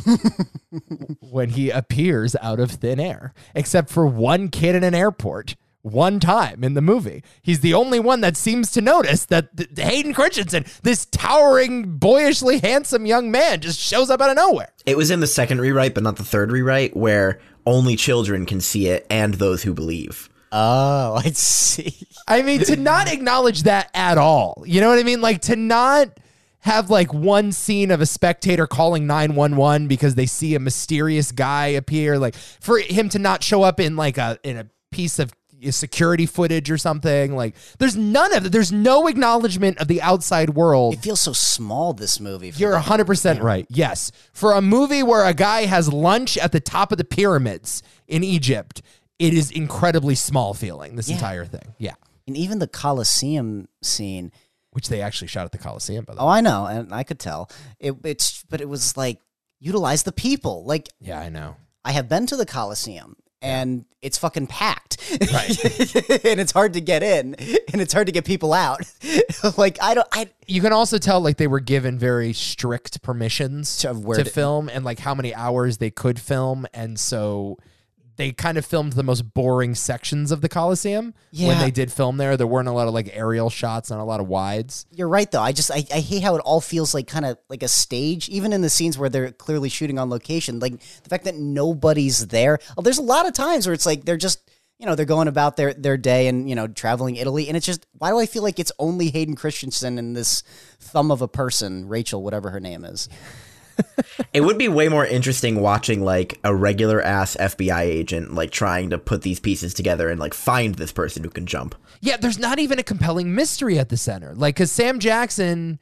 [SPEAKER 2] when he appears out of thin air, except for one kid in an airport. One time in the movie, he's the only one that seems to notice that th- Hayden Christensen, this towering, boyishly handsome young man, just shows up out of nowhere.
[SPEAKER 4] it was in the second rewrite, but not the third rewrite, where only children can see it and those who believe.
[SPEAKER 3] Oh, I see.
[SPEAKER 2] I mean, to not acknowledge that at all. You know what I mean? Like to not have like one scene of a spectator calling 911 because they see a mysterious guy appear like for him to not show up in like a in a piece of security footage or something like there's none of that there's no acknowledgement of the outside world
[SPEAKER 3] It feels so small this movie. for
[SPEAKER 2] you're 100% right. Yes. For a movie where a guy has lunch at the top of the pyramids in Egypt, it is incredibly small feeling, this entire thing. Yeah.
[SPEAKER 3] And even the Colosseum scene.
[SPEAKER 2] which they actually shot at the Coliseum, by the
[SPEAKER 3] Oh,
[SPEAKER 2] way.
[SPEAKER 3] I know, and I could tell. It, it's but it was like utilize the people. Like
[SPEAKER 2] Yeah, I know.
[SPEAKER 3] I have been to the Coliseum and it's fucking packed. and it's hard to get in and it's hard to get people out. like I don't I
[SPEAKER 2] You can also tell like they were given very strict permissions
[SPEAKER 3] To- of where
[SPEAKER 2] to
[SPEAKER 3] to-
[SPEAKER 2] film and like how many hours they could film, and so they kind of filmed the most boring sections of the Coliseum when
[SPEAKER 3] Yeah.
[SPEAKER 2] they did film there. There weren't a lot of like aerial shots, not a lot of wides.
[SPEAKER 3] You're right, though. I just I, I hate how it all feels like kind of like a stage, even in the scenes where they're clearly shooting on location. Like the fact that nobody's there. Oh, there's a lot of times where it's like they're just you know they're going about their their day and you know traveling Italy, and it's just why do I feel like it's only Hayden Christensen and this thumb of a person, Rachel, whatever her name is.
[SPEAKER 4] It would be way more interesting watching like a regular ass FBI agent like trying to put these pieces together and like find this person who can jump.
[SPEAKER 2] Yeah, there's not even a compelling mystery at the center. Like, because Sam Jackson,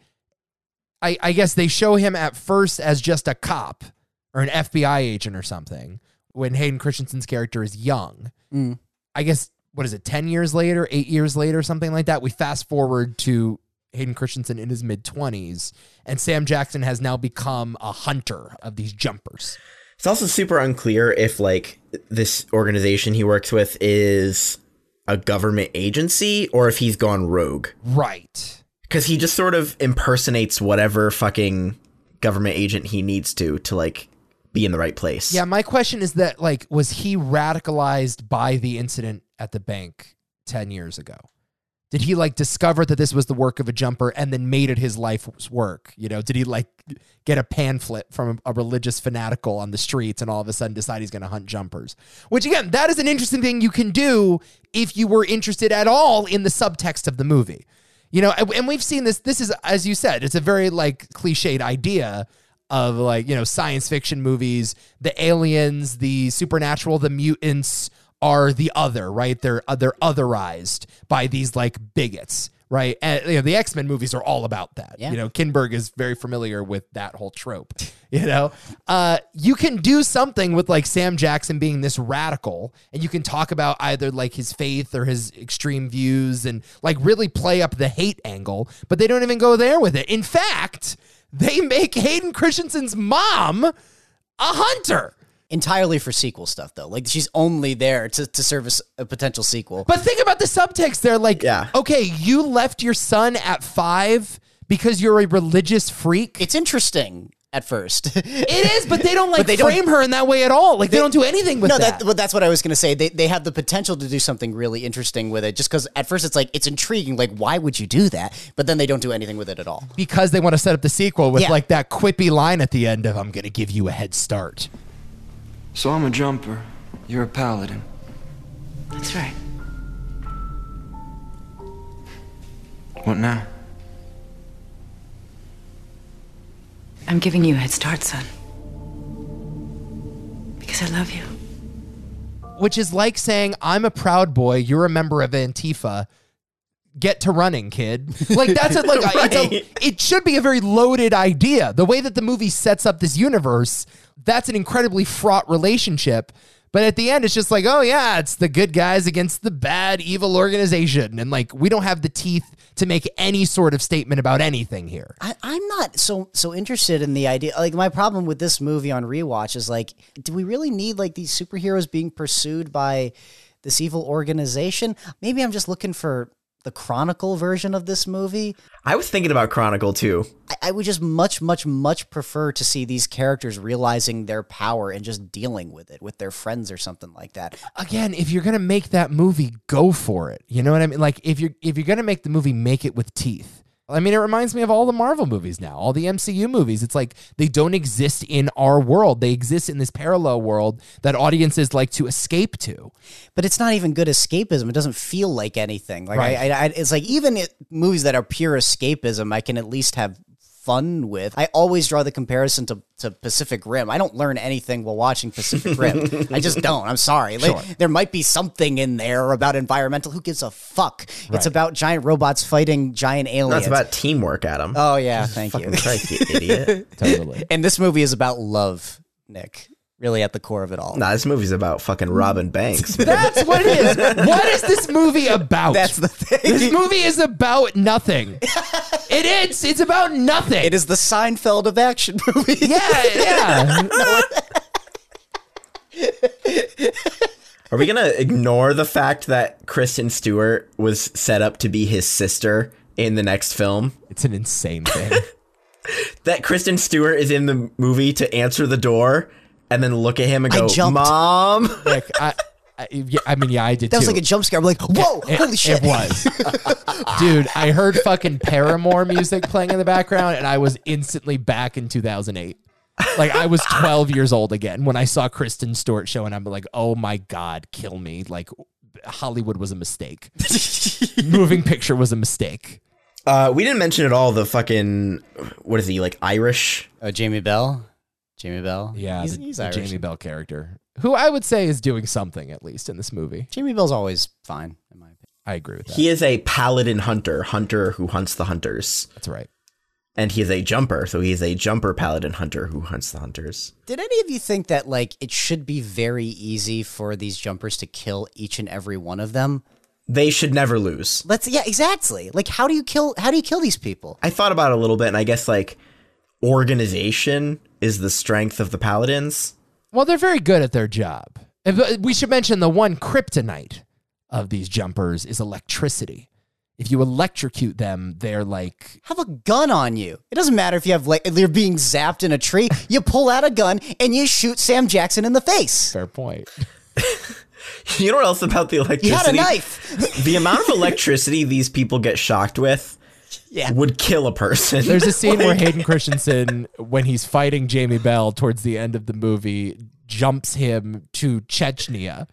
[SPEAKER 2] I, I guess they show him at first as just a cop or an FBI agent or something when Hayden Christensen's character is young.
[SPEAKER 3] Mm.
[SPEAKER 2] I guess, what is it, 10 years later, eight years later, something like that? We fast forward to Hayden Christensen in his mid 20s, and Sam Jackson has now become a hunter of these jumpers.
[SPEAKER 4] It's also super unclear if like this organization he works with is a government agency or if he's gone rogue
[SPEAKER 2] Right.
[SPEAKER 4] because he just sort of impersonates whatever fucking government agent he needs to to like be in the right place.
[SPEAKER 2] Yeah, my question is that like was he radicalized by the incident at the bank 10 years ago? Did he like discover that this was the work of a jumper and then made it his life's work? You know, did he like get a pamphlet from a religious fanatical on the streets and all of a sudden decide he's going to hunt jumpers? Which again, that is an interesting thing you can do if you were interested at all in the subtext of the movie. You know, and and we've seen this. This is, as you said, it's a very like cliched idea of like, you know, science fiction movies, the aliens, the supernatural, the mutants are the other, right? They're, uh, they're otherized by these like bigots, right? And, you know, the X Men movies are all about that.
[SPEAKER 3] Yeah.
[SPEAKER 2] You know, Kinberg is very familiar with that whole trope, you know? Uh, you can do something with like Sam Jackson being this radical, and you can talk about either like his faith or his extreme views and like really play up the hate angle, but they don't even go there with it. In fact, they make Hayden Christensen's mom a hunter.
[SPEAKER 3] Entirely for sequel stuff, though. Like she's only there to, to service a potential sequel.
[SPEAKER 2] But think about the subtext there. Like,
[SPEAKER 4] Yeah.
[SPEAKER 2] okay, you left your son at five because you're a religious freak.
[SPEAKER 3] it's interesting at first.
[SPEAKER 2] It is, but they don't like
[SPEAKER 3] they don't-
[SPEAKER 2] frame her in that way at all. Like they, don't do anything with
[SPEAKER 3] no,
[SPEAKER 2] that.
[SPEAKER 3] that, well, that's what I was going to say. They, they have the potential to do something really interesting with it just because at first it's like, it's intriguing. Like, why would you do that? But then they don't do anything with it at all.
[SPEAKER 2] because they want to set up the sequel with
[SPEAKER 3] Yeah.
[SPEAKER 2] like that quippy line at the end of "I'm going to give you a head start."
[SPEAKER 1] So I'm a jumper. You're a paladin.
[SPEAKER 5] That's right.
[SPEAKER 1] What now?
[SPEAKER 9] I'm giving you a head start, son. Because I love you.
[SPEAKER 2] which is like saying I'm a proud boy, you're a member of Antifa. Get to running, kid. Like that's a, like it's a-
[SPEAKER 4] Right.
[SPEAKER 2] it should be a very loaded idea. The way that the movie sets up this universe, that's an incredibly fraught relationship. But at the end, it's just like, oh yeah, it's the good guys against the bad evil organization, and like we don't have the teeth to make any sort of statement about anything here.
[SPEAKER 3] I, I'm not so so interested in the idea. Like my problem with this movie on rewatch is like, do we really need like these superheroes being pursued by this evil organization? Maybe I'm just looking for the Chronicle version of this movie.
[SPEAKER 4] I was thinking about Chronicle too.
[SPEAKER 3] I, I would just much, much, much prefer to see these characters realizing their power and just dealing with it with their friends or something like that.
[SPEAKER 2] again, if you're gonna make that movie, go for it. You know what I mean? Like if you're if you're gonna make the movie, make it with teeth. I mean, it reminds me of all the Marvel movies now, all the MCU movies. It's like they don't exist in our world. They exist in this parallel world that audiences like to escape to.
[SPEAKER 3] But it's not even good escapism. It doesn't feel like anything. Like
[SPEAKER 2] Right.
[SPEAKER 3] I, I, I, it's like even it, movies that are pure escapism, I can at least have fun with. I always draw the comparison to, to Pacific Rim. I don't learn anything while watching Pacific Rim. I just don't. I'm sorry. Like, There might be something in there about environmental. Who gives a fuck? It's about giant robots fighting giant aliens.
[SPEAKER 4] That's about teamwork, Adam.
[SPEAKER 3] oh yeah, thank you.
[SPEAKER 4] Christ, you idiot.
[SPEAKER 2] Totally.
[SPEAKER 3] And this movie is about love, Nick. Really at the core of it all.
[SPEAKER 4] nah, this movie's about fucking Robin Banks. man.
[SPEAKER 2] That's what it is. What is this movie about?
[SPEAKER 3] That's the thing.
[SPEAKER 2] This movie is about nothing. It is. It's about nothing.
[SPEAKER 3] It is the Seinfeld of action movies.
[SPEAKER 2] Yeah, yeah.
[SPEAKER 4] Are we gonna ignore the fact that Kristen Stewart was set up to be his sister in the next film?
[SPEAKER 2] It's an insane thing.
[SPEAKER 4] That Kristen Stewart is in the movie to answer the door and then look at him and
[SPEAKER 3] I
[SPEAKER 4] go,
[SPEAKER 3] jumped.
[SPEAKER 4] "Mom."
[SPEAKER 2] Like, I, I, yeah, I mean, yeah, I did
[SPEAKER 3] That was
[SPEAKER 2] too.
[SPEAKER 3] like a jump scare. I'm like, whoa,
[SPEAKER 2] It-
[SPEAKER 3] holy shit.
[SPEAKER 2] It was. Dude, I heard fucking Paramore music playing in the background and I was instantly back in 2008. Like I was 12 years old again when I saw Kristen Stewart show and I'm like, "Oh my god, kill me." Like Hollywood was a mistake. Moving picture was a mistake.
[SPEAKER 4] Uh, we didn't mention at all the fucking what is he like Irish?
[SPEAKER 3] Oh, Jamie Bell? Jamie Bell?
[SPEAKER 2] Yeah,
[SPEAKER 3] He's,
[SPEAKER 2] the,
[SPEAKER 3] he's
[SPEAKER 2] the
[SPEAKER 3] Irish.
[SPEAKER 2] Jamie
[SPEAKER 3] Jamie.
[SPEAKER 2] Bell character, who I would say is doing something at least in this movie.
[SPEAKER 3] Bell's always fine, in my opinion.
[SPEAKER 2] I agree with that.
[SPEAKER 4] He is a paladin hunter, hunter who hunts the hunters,
[SPEAKER 2] That's right.
[SPEAKER 4] and he is a jumper, so he is a jumper paladin hunter who hunts the hunters.
[SPEAKER 3] Did any of you think that, like, it should be very easy for these jumpers to kill each and every one of them?
[SPEAKER 4] They should never lose.
[SPEAKER 3] Let's, yeah, exactly. Like, how do you kill, how do you kill these people?
[SPEAKER 4] I thought about it a little bit, and I guess like organization is the strength of the paladins.
[SPEAKER 2] Well, they're very good at their job. And th- We should mention the one kryptonite of these jumpers is electricity. If you electrocute them, they're like,
[SPEAKER 3] Have a gun on you. It doesn't matter if you have, like, you're being zapped in a tree. You pull out a gun and you shoot Sam Jackson in the face.
[SPEAKER 2] fair point.
[SPEAKER 4] You know what else about the
[SPEAKER 3] You
[SPEAKER 4] electricity?
[SPEAKER 3] had a knife.
[SPEAKER 4] The amount of electricity these people get shocked with
[SPEAKER 3] Yeah.
[SPEAKER 4] would kill a person.
[SPEAKER 2] There's a scene where Hayden Christensen, when he's fighting Jamie Bell towards the end of the movie, jumps him to Chechnya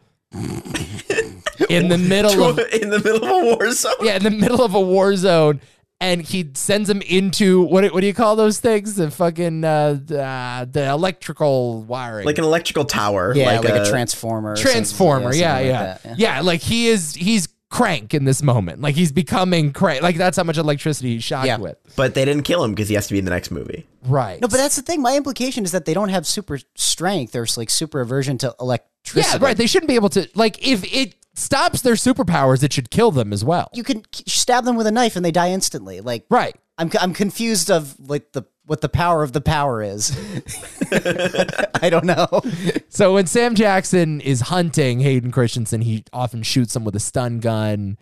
[SPEAKER 2] in the middle of
[SPEAKER 4] in the middle of a war zone.
[SPEAKER 2] yeah, in the middle of a war zone, and he sends him into what do- what do you call those things? The fucking uh, the, uh, the electrical wiring,
[SPEAKER 4] Like an electrical tower.
[SPEAKER 3] Yeah, like, a, transformer. or something-
[SPEAKER 2] transformer. Yeah,
[SPEAKER 3] something like
[SPEAKER 2] yeah,
[SPEAKER 3] that,
[SPEAKER 2] yeah. like he is he's crank in this moment. Like he's becoming crank. Like that's how much electricity he's shocked
[SPEAKER 3] Yeah.
[SPEAKER 2] with.
[SPEAKER 4] But they didn't kill him because he has to be in the next movie.
[SPEAKER 2] Right.
[SPEAKER 3] No, but that's the thing. My implication is that they don't have super strength. There's like super aversion to
[SPEAKER 2] yeah,
[SPEAKER 3] electricity.
[SPEAKER 2] right. They shouldn't be able to like if it stops their superpowers, it should kill them as well.
[SPEAKER 3] you can k- stab them with a knife and they die instantly. Like
[SPEAKER 2] right.
[SPEAKER 3] I'm c- I'm confused of like the what the power of the power is. I don't know.
[SPEAKER 2] So when Sam Jackson is hunting Hayden Christensen, he often shoots him with a stun gun,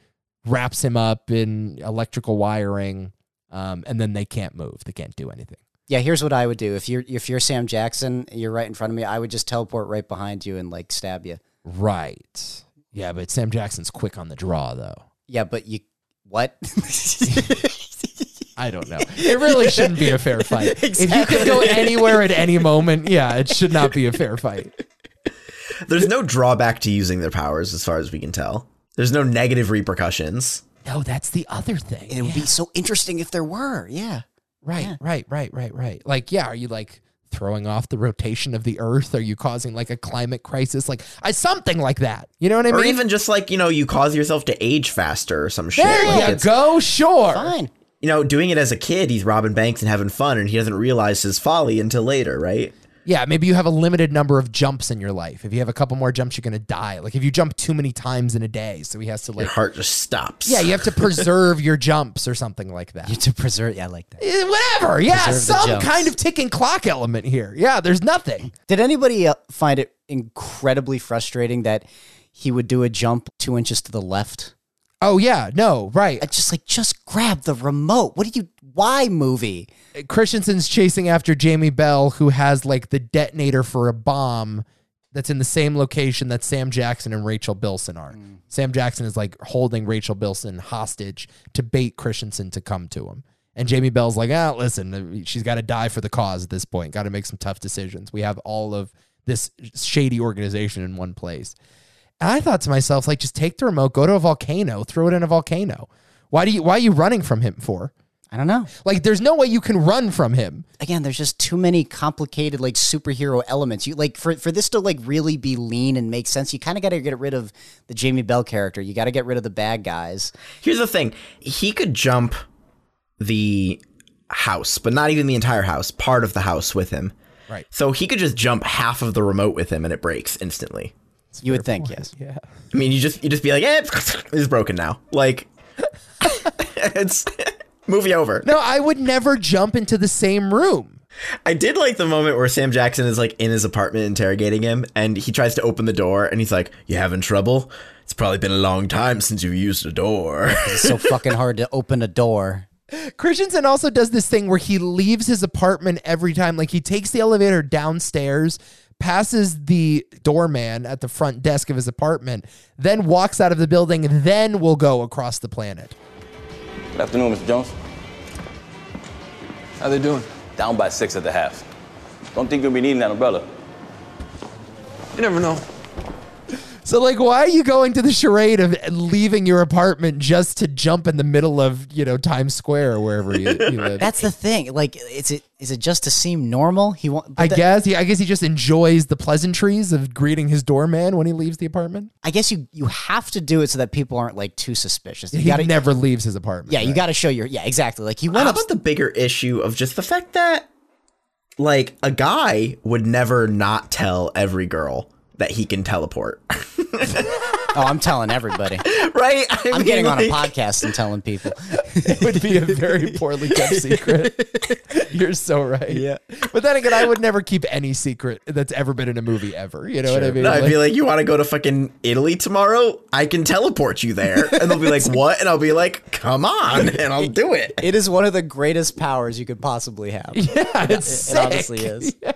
[SPEAKER 2] wraps him up in electrical wiring, um, and then they can't move. They can't do anything.
[SPEAKER 3] Yeah, here's what I would do. If you're if you're Sam Jackson, you're right in front of me. I would just teleport right behind you and like stab you.
[SPEAKER 2] Right. Yeah, but Sam Jackson's quick on the draw though.
[SPEAKER 3] Yeah, but you what?
[SPEAKER 2] I don't know. It really shouldn't be a fair fight. If you could go anywhere at any moment, yeah, it should not be a fair fight.
[SPEAKER 4] There's no drawback to using their powers, as far as we can tell. There's no negative repercussions.
[SPEAKER 2] No, that's the other thing.
[SPEAKER 3] it would be so interesting if there were. Yeah.
[SPEAKER 2] Right, right, right, right, right. Like, yeah, are you like throwing off the rotation of the earth? Are you causing like a climate crisis? Like, I, something like that. You know what I
[SPEAKER 4] Or
[SPEAKER 2] mean?
[SPEAKER 4] even just like, you know, you cause yourself to age faster or some shit.
[SPEAKER 2] there
[SPEAKER 4] Like,
[SPEAKER 2] you
[SPEAKER 4] it's-
[SPEAKER 2] go, sure.
[SPEAKER 3] Fine.
[SPEAKER 4] You know, doing it as a kid, he's robbing banks and having fun, and he doesn't realize his folly until later, right?
[SPEAKER 2] Yeah, maybe you have a limited number of jumps in your life. If you have a couple more jumps, you're gonna die. Like, if you jump too many times in a day, so he has to
[SPEAKER 4] Your
[SPEAKER 2] like,
[SPEAKER 4] heart just stops.
[SPEAKER 2] yeah, you have to preserve your jumps or something like that.
[SPEAKER 3] You to preserve. Yeah, I like that.
[SPEAKER 2] Eh, Whatever, yeah,
[SPEAKER 3] Preserve the
[SPEAKER 2] some
[SPEAKER 3] jumps.
[SPEAKER 2] kind of ticking clock element here. Yeah, there's nothing.
[SPEAKER 3] Did anybody uh, find it incredibly frustrating that he would do a jump two inches to the left?
[SPEAKER 2] Oh yeah, no, right.
[SPEAKER 3] I just like, just grab the remote. What do you? Why movie?
[SPEAKER 2] Christensen's chasing after Jamie Bell, who has like the detonator for a bomb that's in the same location that Sam Jackson and Rachel Bilson are. Sam Jackson is like holding Rachel Bilson hostage to bait Christensen to come to him. And Jamie Bell's like, ah, listen, she's got to die for the cause at this point. Got to make some tough decisions. We have all of this shady organization in one place. And I thought to myself, like, just take the remote, go to a volcano, throw it in a volcano. Why do you? Why are you running from him for?
[SPEAKER 3] I don't know.
[SPEAKER 2] Like, there's no way you can run from him.
[SPEAKER 3] Again, there's just too many complicated like superhero elements. You like for for this to like really be lean and make sense. You kind of got to get rid of the Jamie Bell character. You got to get rid of the bad guys.
[SPEAKER 4] Here's the thing he could jump the house, but not even the entire house, part of the house with him.
[SPEAKER 2] Right.
[SPEAKER 4] So he could just jump half of the remote with him and it breaks instantly.
[SPEAKER 3] you would think, yes.
[SPEAKER 2] Yeah.
[SPEAKER 4] I mean, you just you just be like, eh, it's broken now. Like, it's movie over.
[SPEAKER 2] No, I would never jump into the same room.
[SPEAKER 4] I did like the moment where Sam Jackson is like in his apartment interrogating him, and he tries to open the door, and he's like, "You having trouble? It's probably been a long time since you've used a door."
[SPEAKER 3] It's so fucking hard to open a door.
[SPEAKER 2] Christensen also does this thing where he leaves his apartment every time. Like he takes the elevator downstairs, passes the doorman at the front desk of his apartment, then walks out of the building, then will go across the planet.
[SPEAKER 10] Good afternoon, Mr. Jones.
[SPEAKER 7] How they doing?
[SPEAKER 10] Down by six at the half. Don't think you'll be needing that umbrella.
[SPEAKER 7] You never know.
[SPEAKER 2] So, like, why are you going to the charade of leaving your apartment just to jump in the middle of, you know, Times Square or wherever you, you live?
[SPEAKER 3] That's the thing. Like, is it is it just to seem normal? He won't.
[SPEAKER 2] I guess. He, I guess he just enjoys the pleasantries of greeting his doorman when he leaves the apartment.
[SPEAKER 3] I guess you you have to do it so that people aren't like too suspicious. You
[SPEAKER 2] He
[SPEAKER 3] gotta,
[SPEAKER 2] never leaves his apartment.
[SPEAKER 3] yeah, you got to show your yeah exactly. Like he went
[SPEAKER 4] How
[SPEAKER 3] up.
[SPEAKER 4] about the bigger issue of just the fact that, like, a guy would never not tell every girl that he can teleport,
[SPEAKER 3] Oh, I'm telling everybody.
[SPEAKER 4] right? I
[SPEAKER 3] I'm
[SPEAKER 4] mean,
[SPEAKER 3] getting on a
[SPEAKER 4] like,
[SPEAKER 3] podcast and telling people.
[SPEAKER 2] it would be a very poorly kept secret. You're so right. Yeah. But then again, I would never keep any secret that's ever been in a movie ever. You know what I mean?
[SPEAKER 4] No, I'd be like, you want to go to fucking Italy tomorrow? I can teleport you there. And they'll be like, what? And I'll be like, come on, and I'll do it.
[SPEAKER 3] It is one of the greatest powers you could possibly have.
[SPEAKER 2] yeah, it's
[SPEAKER 3] It honestly
[SPEAKER 2] sick.
[SPEAKER 3] is.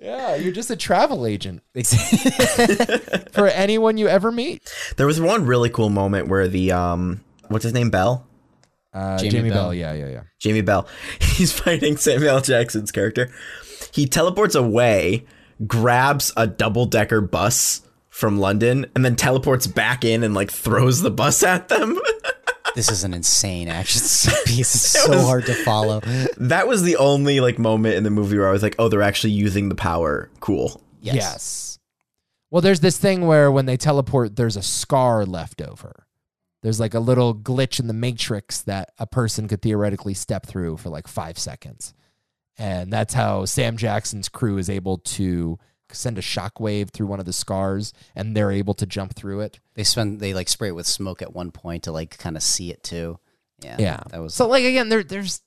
[SPEAKER 2] Yeah, you're just a travel agent
[SPEAKER 3] Exactly.
[SPEAKER 2] for anyone you ever meet.
[SPEAKER 4] There was one really cool moment where the um, what's his name, Bell,
[SPEAKER 2] Uh,
[SPEAKER 3] Jamie
[SPEAKER 2] Jamie,
[SPEAKER 3] Bell.
[SPEAKER 2] Bell. Yeah, yeah, yeah.
[SPEAKER 4] Jamie Bell. He's fighting Samuel L. Jackson's character. He teleports away, grabs a double decker bus from London, and then teleports back in and like throws the bus at them.
[SPEAKER 3] this is an insane action piece. It's so
[SPEAKER 4] was-
[SPEAKER 3] hard to follow.
[SPEAKER 4] that was the only like moment in the movie where I was like, oh, they're actually using the power. Cool.
[SPEAKER 3] Yes.
[SPEAKER 2] Well, there's this thing where when they teleport, there's a scar left over. There's like a little glitch in the matrix that a person could theoretically step through for like five seconds. And that's how Sam Jackson's crew is able to send a shockwave through one of the scars and they're able to jump through it.
[SPEAKER 3] They spend they like spray it with smoke at one point to like kind of see it too. Yeah.
[SPEAKER 2] Yeah.
[SPEAKER 3] That was
[SPEAKER 2] so like again, there there's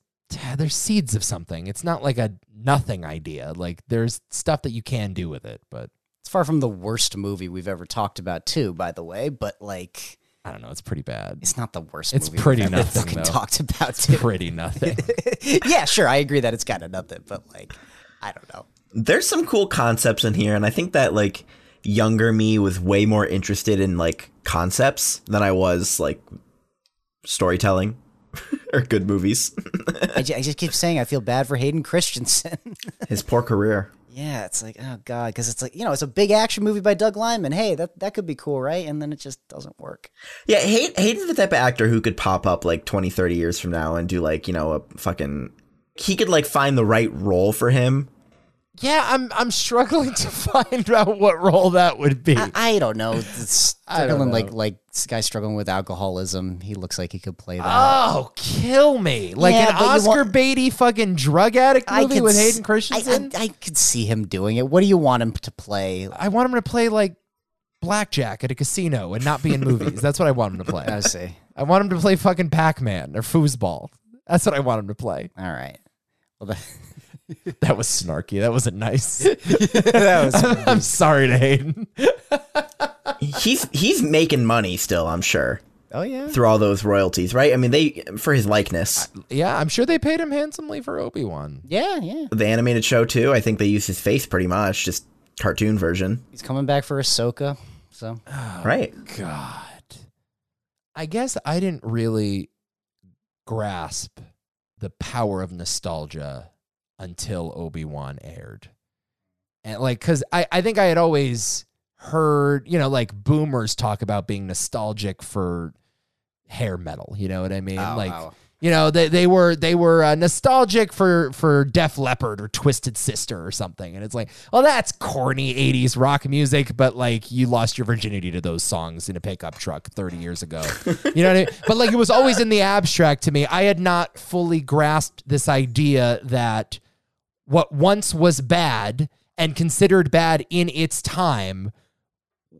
[SPEAKER 2] there's seeds of something. It's not like a nothing idea. Like there's stuff that you can do with it, but
[SPEAKER 3] it's far from the worst movie we've ever talked about too, by the way, but like
[SPEAKER 2] I don't know, it's pretty bad.
[SPEAKER 3] it's not the worst
[SPEAKER 2] It's
[SPEAKER 3] movie
[SPEAKER 2] pretty
[SPEAKER 3] we've ever
[SPEAKER 2] nothing,
[SPEAKER 3] fucking
[SPEAKER 2] though.
[SPEAKER 3] talked about
[SPEAKER 2] It's
[SPEAKER 3] too.
[SPEAKER 2] pretty nothing.
[SPEAKER 3] yeah, sure, I agree that it's kind of nothing, but like I don't know.
[SPEAKER 4] there's some cool concepts in here and i think that like younger me was way more interested in like concepts than i was like storytelling or good movies
[SPEAKER 3] I, ju- I just keep saying I feel bad for Hayden Christensen.
[SPEAKER 4] his poor career
[SPEAKER 3] yeah, it's like oh god, because it's like you know it's a big action movie by Doug Lyman. Hey, that that could be cool, right? And then it just doesn't work.
[SPEAKER 4] yeah Hay- hayden's the type of actor who could pop up like 20 30 years from now and do like you know a fucking he could like find the right role for him
[SPEAKER 2] Yeah, I'm I'm struggling to find out what role that would be.
[SPEAKER 3] I, I don't know. It's
[SPEAKER 2] I don't
[SPEAKER 3] struggling like
[SPEAKER 2] know.
[SPEAKER 3] like this guy struggling with alcoholism. He looks like he could play that.
[SPEAKER 2] oh, kill me! Like
[SPEAKER 3] Yeah,
[SPEAKER 2] an
[SPEAKER 3] but you
[SPEAKER 2] Oscar
[SPEAKER 3] want-
[SPEAKER 2] Beatty fucking drug addict
[SPEAKER 3] I
[SPEAKER 2] movie
[SPEAKER 3] could
[SPEAKER 2] with
[SPEAKER 3] s-
[SPEAKER 2] Hayden
[SPEAKER 3] I-
[SPEAKER 2] Christensen.
[SPEAKER 3] I, I, could see him doing it. What do you want him to play?
[SPEAKER 2] I, want him to play like blackjack at a casino and not be in movies. That's what I want him to play.
[SPEAKER 3] I see.
[SPEAKER 2] I want him to play fucking Pac Man or foosball. That's what I want him to play.
[SPEAKER 3] All right. Well, the,
[SPEAKER 2] That was snarky. That wasn't nice.
[SPEAKER 3] that was
[SPEAKER 2] I'm sorry to Hayden.
[SPEAKER 4] he's he's making money still i'm sure
[SPEAKER 3] oh yeah.
[SPEAKER 4] through all those royalties right i mean they for his likeness
[SPEAKER 2] Yeah, I'm sure they paid him handsomely for Obi Wan.
[SPEAKER 3] Yeah, yeah.
[SPEAKER 4] the animated show too i think they used his face pretty much just cartoon version
[SPEAKER 3] He's coming back for Ahsoka. So
[SPEAKER 4] right
[SPEAKER 2] God. I guess I didn't really grasp the power of nostalgia until Obi-Wan aired. And like cuz I I think I had always heard, you know, like boomers talk about being nostalgic for hair metal, you know what I mean? like you know they, they were they were uh, nostalgic for for def leppard or twisted sister or something and it's like well that's corny 80s rock music but like you lost your virginity to those songs in a pickup truck 30 years ago you know what i mean but like it was always in the abstract to me i had not fully grasped this idea that what once was bad and considered bad in its time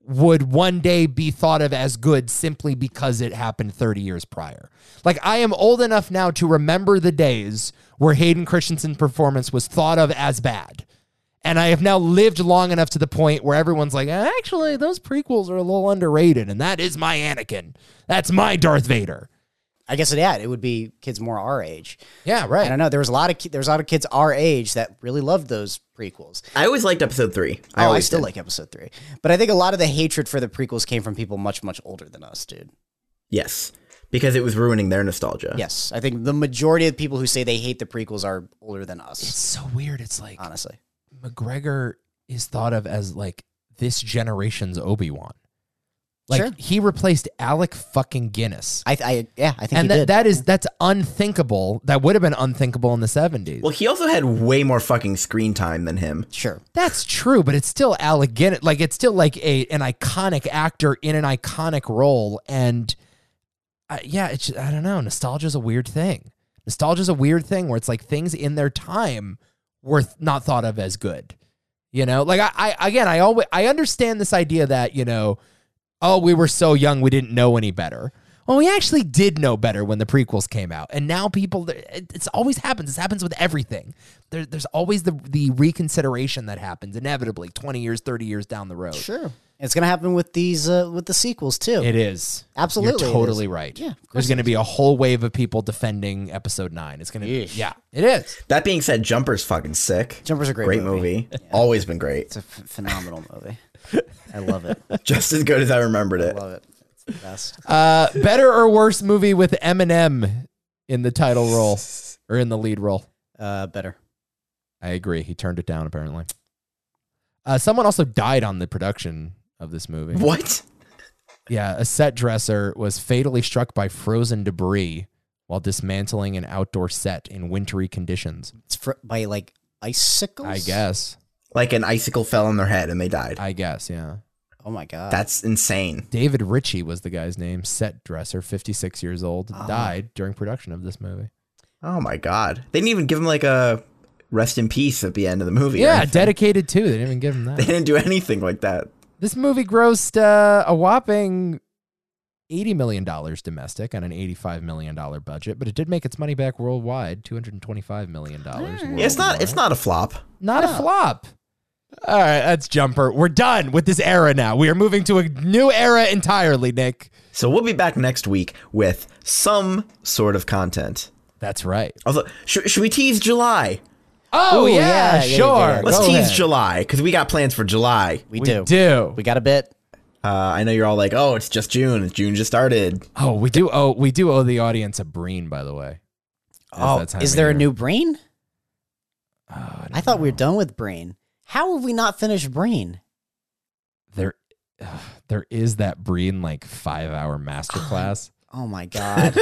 [SPEAKER 2] would one day be thought of as good simply because it happened 30 years prior. Like I am old enough now to remember the days where Hayden Christensen's performance was thought of as bad. And I have now lived long enough to the point where everyone's like, actually, those prequels are a little underrated, and that is my Anakin. That's my Darth Vader.
[SPEAKER 3] I guess it yeah, it would be kids more our age.
[SPEAKER 2] Yeah, right.
[SPEAKER 3] I don't know. There was a lot of ki- there was a lot of kids our age that really loved those prequels.
[SPEAKER 4] I always liked episode three. I
[SPEAKER 3] oh, I
[SPEAKER 4] always
[SPEAKER 3] still
[SPEAKER 4] did.
[SPEAKER 3] like episode three, but I think a lot of the hatred for the prequels came from people much much older than us, dude.
[SPEAKER 4] Yes, because it was ruining their nostalgia.
[SPEAKER 3] Yes, I think the majority of people who say they hate the prequels are older than us. It's
[SPEAKER 2] so weird. It's like
[SPEAKER 3] honestly,
[SPEAKER 2] McGregor is thought of as like this generation's Obi Wan. Like
[SPEAKER 3] Sure.
[SPEAKER 2] he replaced Alec fucking Guinness.
[SPEAKER 3] I, I yeah, I think
[SPEAKER 2] and
[SPEAKER 3] he
[SPEAKER 2] that,
[SPEAKER 3] did.
[SPEAKER 2] that is that's unthinkable. That would have been unthinkable in the seventies.
[SPEAKER 4] Well, he also had way more fucking screen time than him.
[SPEAKER 3] Sure.
[SPEAKER 2] That's true, but it's still Alec Guinness. Like it's still like a an iconic actor in an iconic role, and uh, yeah, it's I don't know. Nostalgia's a weird thing. Nostalgia's a weird thing where it's like things in their time were th- not thought of as good. You know, like I, I again, I always I understand this idea that you know, oh, we were so young, we didn't know any better. Well, we actually did know better when the prequels came out, and now people, it- it's always happens. This happens with everything. There, there's always the the reconsideration that happens inevitably, twenty years, thirty years down the road.
[SPEAKER 3] Sure. It's gonna happen with these uh, with the sequels too.
[SPEAKER 2] It is
[SPEAKER 3] Absolutely it
[SPEAKER 2] You're
[SPEAKER 3] is.
[SPEAKER 2] totally right.
[SPEAKER 3] Yeah, of
[SPEAKER 2] there's going to be a whole wave of people defending Episode Nine. It's going to,
[SPEAKER 3] Yeesh.
[SPEAKER 2] yeah, it is.
[SPEAKER 4] That being said, Jumper's fucking sick.
[SPEAKER 3] Jumper's a great
[SPEAKER 4] movie. Always been great.
[SPEAKER 3] It's a ph- phenomenal movie. I love it.
[SPEAKER 4] Just as good as I remembered
[SPEAKER 3] I
[SPEAKER 4] it.
[SPEAKER 3] love it. It's the best.
[SPEAKER 2] Uh, better or worse movie with Eminem in the title role or in the lead role?
[SPEAKER 3] Uh, better.
[SPEAKER 2] I agree. He turned it down apparently. Uh, someone also died on the production of this movie.
[SPEAKER 4] What?
[SPEAKER 2] Yeah, a set dresser was fatally struck by frozen debris while dismantling an outdoor set in wintry conditions.
[SPEAKER 3] It's fr- by like icicles.
[SPEAKER 2] I guess.
[SPEAKER 4] Like an icicle fell on their head and they died.
[SPEAKER 3] Uh,
[SPEAKER 2] I guess, yeah.
[SPEAKER 3] Oh my god.
[SPEAKER 4] That's insane.
[SPEAKER 2] David Ritchie was the guy's name, set dresser, 56 years old, died during production of this movie.
[SPEAKER 4] Oh my god. They didn't even give him like a rest in peace at the end of the movie. or
[SPEAKER 2] Yeah,
[SPEAKER 4] anything.
[SPEAKER 2] dedicated too. They didn't even give him
[SPEAKER 4] They
[SPEAKER 2] that.
[SPEAKER 4] didn't do anything like that.
[SPEAKER 2] this movie grossed uh, a whopping $80 million domestic on an $85 million budget, but it did make its money back worldwide, $225 million.
[SPEAKER 4] Yeah, it's not. It's
[SPEAKER 2] worldwide.
[SPEAKER 4] not a flop.
[SPEAKER 2] Not a flop. All right, that's Jumper. We're done with this era now. We are moving to a new era entirely, Nick.
[SPEAKER 4] So we'll be back next week with some sort of content.
[SPEAKER 2] That's right.
[SPEAKER 4] Although, should, should we tease July?
[SPEAKER 2] Oh,
[SPEAKER 3] Ooh,
[SPEAKER 2] yeah,
[SPEAKER 3] yeah, yeah, yeah,
[SPEAKER 2] sure.
[SPEAKER 3] yeah.
[SPEAKER 4] Let's
[SPEAKER 2] Go
[SPEAKER 4] tease
[SPEAKER 2] ahead.
[SPEAKER 4] July because we got plans for July.
[SPEAKER 3] we,
[SPEAKER 2] We
[SPEAKER 3] do.
[SPEAKER 2] do.
[SPEAKER 3] We got a bit.
[SPEAKER 4] Uh, I know you're all like, "Oh, it's just June. June just started."
[SPEAKER 2] Oh, we do. Oh, we do owe the audience a breen, by the way. It
[SPEAKER 4] Oh,
[SPEAKER 2] that time
[SPEAKER 3] Is
[SPEAKER 2] of
[SPEAKER 3] there a
[SPEAKER 2] year.
[SPEAKER 3] new Breen?
[SPEAKER 2] Oh, I,
[SPEAKER 3] I thought we were done with Breen. How have we not finished Breen?
[SPEAKER 2] there. ugh, there is that breen like five hour masterclass.
[SPEAKER 3] Oh my god.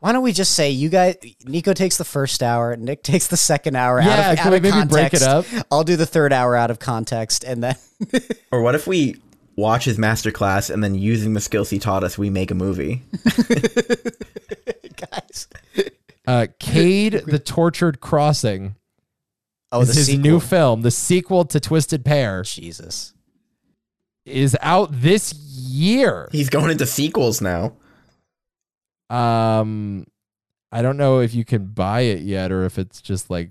[SPEAKER 3] Why don't we just say you guys? Nico takes the first hour, Nick takes the second hour
[SPEAKER 2] Yeah,
[SPEAKER 3] out of,
[SPEAKER 2] can
[SPEAKER 3] out
[SPEAKER 2] we
[SPEAKER 3] of
[SPEAKER 2] maybe break it
[SPEAKER 3] context.
[SPEAKER 2] up?
[SPEAKER 3] I'll do the third hour out of context, and then
[SPEAKER 4] Or what if we watch his masterclass and then, using the skills he taught us, we make a movie?
[SPEAKER 3] guys.
[SPEAKER 2] Uh, Cade the Tortured Crossing
[SPEAKER 3] Oh,
[SPEAKER 2] is
[SPEAKER 3] the
[SPEAKER 2] his
[SPEAKER 3] sequel.
[SPEAKER 2] new film. The sequel to Twisted Pair
[SPEAKER 3] Jesus.
[SPEAKER 2] is out this year.
[SPEAKER 4] He's going into sequels now.
[SPEAKER 2] Um, I don't know if you can buy it yet or if it's just like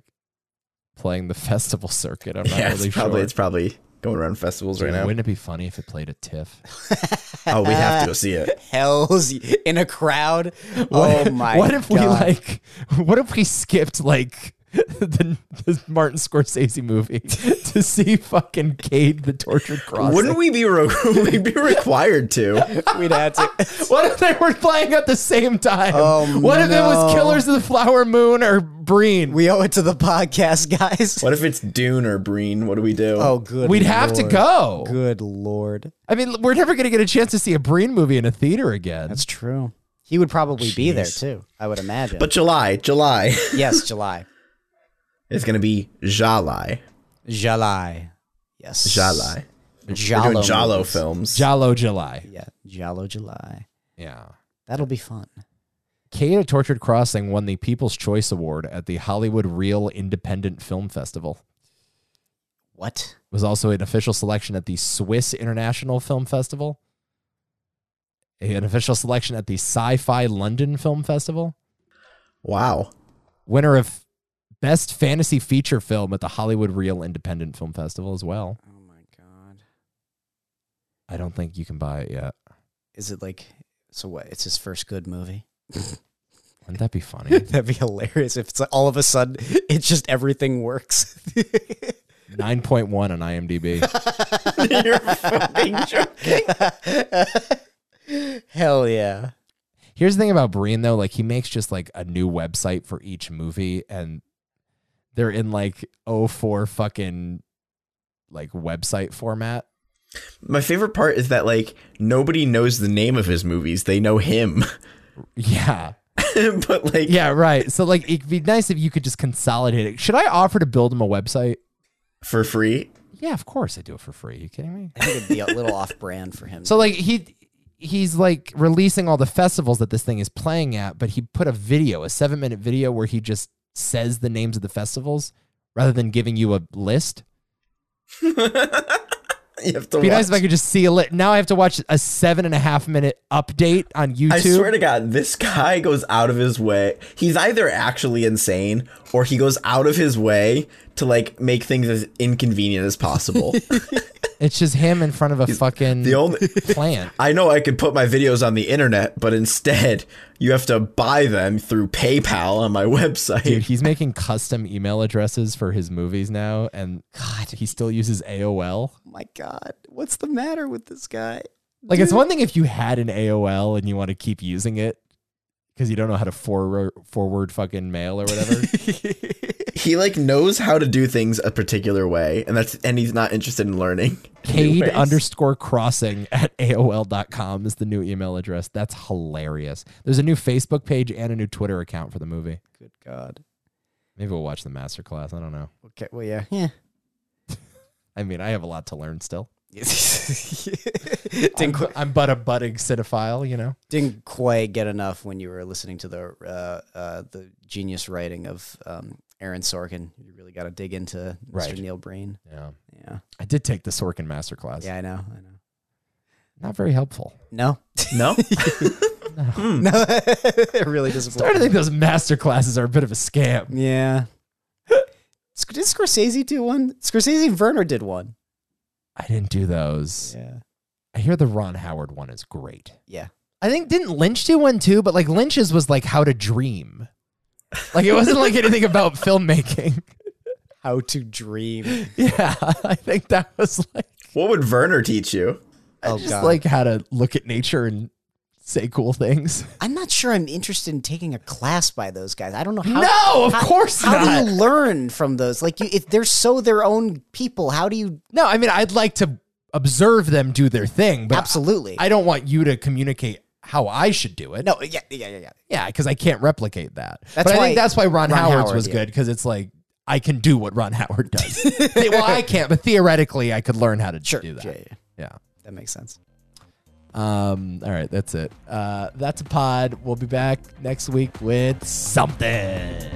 [SPEAKER 2] playing the festival circuit. I'm not
[SPEAKER 4] yeah,
[SPEAKER 2] really
[SPEAKER 4] it's probably
[SPEAKER 2] sure.
[SPEAKER 4] it's probably going around festivals right now.
[SPEAKER 2] Wouldn't it be funny if it played at TIFF?
[SPEAKER 4] Oh, we have to go see it.
[SPEAKER 3] Hell's in a crowd. oh my!
[SPEAKER 2] What if we
[SPEAKER 3] God.
[SPEAKER 2] like? What if we skipped like the, the Martin Scorsese movie to see fucking Cade the Tortured Crossing?
[SPEAKER 4] Wouldn't we be re- we'd be required to?
[SPEAKER 3] We'd have to.
[SPEAKER 2] What if they were playing at the same time?
[SPEAKER 3] Oh,
[SPEAKER 2] what if it was
[SPEAKER 3] no.
[SPEAKER 2] Killers of the Flower Moon or Breen?
[SPEAKER 3] We owe it to the podcast, guys.
[SPEAKER 4] What if it's Dune or Breen? What do we do?
[SPEAKER 3] Oh, good.
[SPEAKER 2] We'd have to
[SPEAKER 3] Lord.
[SPEAKER 2] go.
[SPEAKER 3] Good lord,
[SPEAKER 2] I mean, we're never gonna get a chance to see a Breen movie in a theater again.
[SPEAKER 3] that's true. He would probably be there too. I would imagine.
[SPEAKER 4] but July, July
[SPEAKER 3] yes, July,
[SPEAKER 4] is going to be July,
[SPEAKER 3] July, yes,
[SPEAKER 4] July. They're
[SPEAKER 3] Jalo,
[SPEAKER 4] doing Jalo
[SPEAKER 3] movies.
[SPEAKER 4] films.
[SPEAKER 2] Jalo July.
[SPEAKER 3] Yeah, Jalo July.
[SPEAKER 2] Yeah.
[SPEAKER 3] That'll be fun.
[SPEAKER 2] Cade of Tortured Crossing won the People's Choice Award at the Hollywood Real Independent Film Festival.
[SPEAKER 3] What?
[SPEAKER 2] was also an official selection at the Swiss International Film Festival, an official selection at the Sci Fi London Film Festival,
[SPEAKER 4] wow.
[SPEAKER 2] winner of Best Fantasy Feature Film at the Hollywood Real Independent Film Festival as well.
[SPEAKER 3] Oh my god.
[SPEAKER 2] I don't think you can buy it yet.
[SPEAKER 3] Is it like So what? It's his first good movie.
[SPEAKER 2] Wouldn't that be funny?
[SPEAKER 3] That'd be hilarious if it's like all of a sudden it's just everything works.
[SPEAKER 2] 9.1 on IMDb.
[SPEAKER 3] You're fucking joking. Hell yeah.
[SPEAKER 2] Here's the thing about Breen though, like he makes just like a new website for each movie and they're in like 04 fucking like website format.
[SPEAKER 4] My favorite part is that like nobody knows the name of his movies. They know him.
[SPEAKER 2] Yeah.
[SPEAKER 4] but like
[SPEAKER 2] Yeah, right. So like it'd be nice if you could just consolidate it. Should I offer to build him a website?
[SPEAKER 4] for free.
[SPEAKER 2] Yeah, of course I do it for free. you kidding me?
[SPEAKER 3] I think it'd be a little off brand for him.
[SPEAKER 2] So like he he's like releasing all the festivals that this thing is playing at, but he put a video, a 7-minute video where he just says the names of the festivals rather than giving you a list.
[SPEAKER 4] You have to
[SPEAKER 2] It'd be nice if
[SPEAKER 4] watch.
[SPEAKER 2] I could just see a lit. Now I have to watch a seven and a half minute update on YouTube.
[SPEAKER 4] I swear to God, this guy goes out of his way. He's either actually insane or he goes out of his way to like make things as inconvenient as possible.
[SPEAKER 2] It's just him in front of a fucking
[SPEAKER 4] the only
[SPEAKER 2] plant.
[SPEAKER 4] I know I could put my videos on the internet, but instead you have to buy them through PayPal on my website.
[SPEAKER 2] Dude, he's making custom email addresses for his movies now, and God, he still uses AOL.
[SPEAKER 3] my God, what's the matter with this guy?
[SPEAKER 2] Like, it's one thing if you had an AOL and you want to keep using it because you don't know how to forward forward fucking mail or whatever.
[SPEAKER 4] He like knows how to do things a particular way, and that's and he's not interested in learning.
[SPEAKER 2] Cade
[SPEAKER 4] Anyways.
[SPEAKER 2] underscore crossing at AOL.com is the new email address. That's hilarious. There's a new Facebook page and a new Twitter account for the movie.
[SPEAKER 3] Good God.
[SPEAKER 2] Maybe we'll watch the masterclass. I don't know.
[SPEAKER 3] Okay, well, yeah. Yeah.
[SPEAKER 2] I mean, I have a lot to learn still. I'm,
[SPEAKER 3] didn't, qu-
[SPEAKER 2] I'm but a budding cinephile, you know.
[SPEAKER 3] didn't quite get enough when you were listening to the uh, uh, the genius writing of um, Aaron Sorkin. You really got to dig into Mr.
[SPEAKER 2] Right.
[SPEAKER 3] Neil Breen.
[SPEAKER 2] Yeah,
[SPEAKER 3] Yeah,
[SPEAKER 2] I did take the Sorkin masterclass.
[SPEAKER 3] yeah, I know, I know.
[SPEAKER 2] not very helpful.
[SPEAKER 3] No,
[SPEAKER 4] No?
[SPEAKER 3] no, it really doesn't.
[SPEAKER 2] Starting to think those masterclasses are a bit of a scam.
[SPEAKER 3] Yeah. Sc- Did Scorsese do one? Scorsese and Werner did one.
[SPEAKER 2] I didn't do those.
[SPEAKER 3] Yeah.
[SPEAKER 2] I hear the Ron Howard one is great.
[SPEAKER 3] Yeah.
[SPEAKER 2] I think didn't Lynch do one too? But like Lynch's was like how to dream. Like it wasn't like anything about filmmaking.
[SPEAKER 3] How to dream.
[SPEAKER 2] Yeah, I think that was like
[SPEAKER 4] What would Werner teach you?
[SPEAKER 3] Oh,
[SPEAKER 2] just
[SPEAKER 3] God.
[SPEAKER 2] like how to look at nature and say cool things.
[SPEAKER 3] I'm not sure I'm interested in taking a class by those guys. I don't know how.
[SPEAKER 2] no, of
[SPEAKER 3] how-
[SPEAKER 2] course
[SPEAKER 3] How
[SPEAKER 2] not.
[SPEAKER 3] do you learn from those? Like, you, if they're so their own people, how do you?
[SPEAKER 2] No, I mean, I'd like to observe them do their thing, but
[SPEAKER 3] absolutely.
[SPEAKER 2] I don't want you to communicate how I should do it.
[SPEAKER 3] no. Yeah. Yeah. Yeah. Yeah.
[SPEAKER 2] Yeah, because I can't replicate that.
[SPEAKER 3] That's
[SPEAKER 2] but I
[SPEAKER 3] why-
[SPEAKER 2] think that's why Ron,
[SPEAKER 3] Ron
[SPEAKER 2] Howard's
[SPEAKER 3] Howard,
[SPEAKER 2] was
[SPEAKER 3] yeah.
[SPEAKER 2] good because it's like I can do what Ron Howard does. Say, well, I can't, but theoretically, I could learn how to
[SPEAKER 3] Sure.
[SPEAKER 2] do that.
[SPEAKER 3] Yeah, yeah.
[SPEAKER 2] yeah.
[SPEAKER 3] That makes sense.
[SPEAKER 2] Um, all right, that's it. Uh, that's a pod. We'll be back next week with something.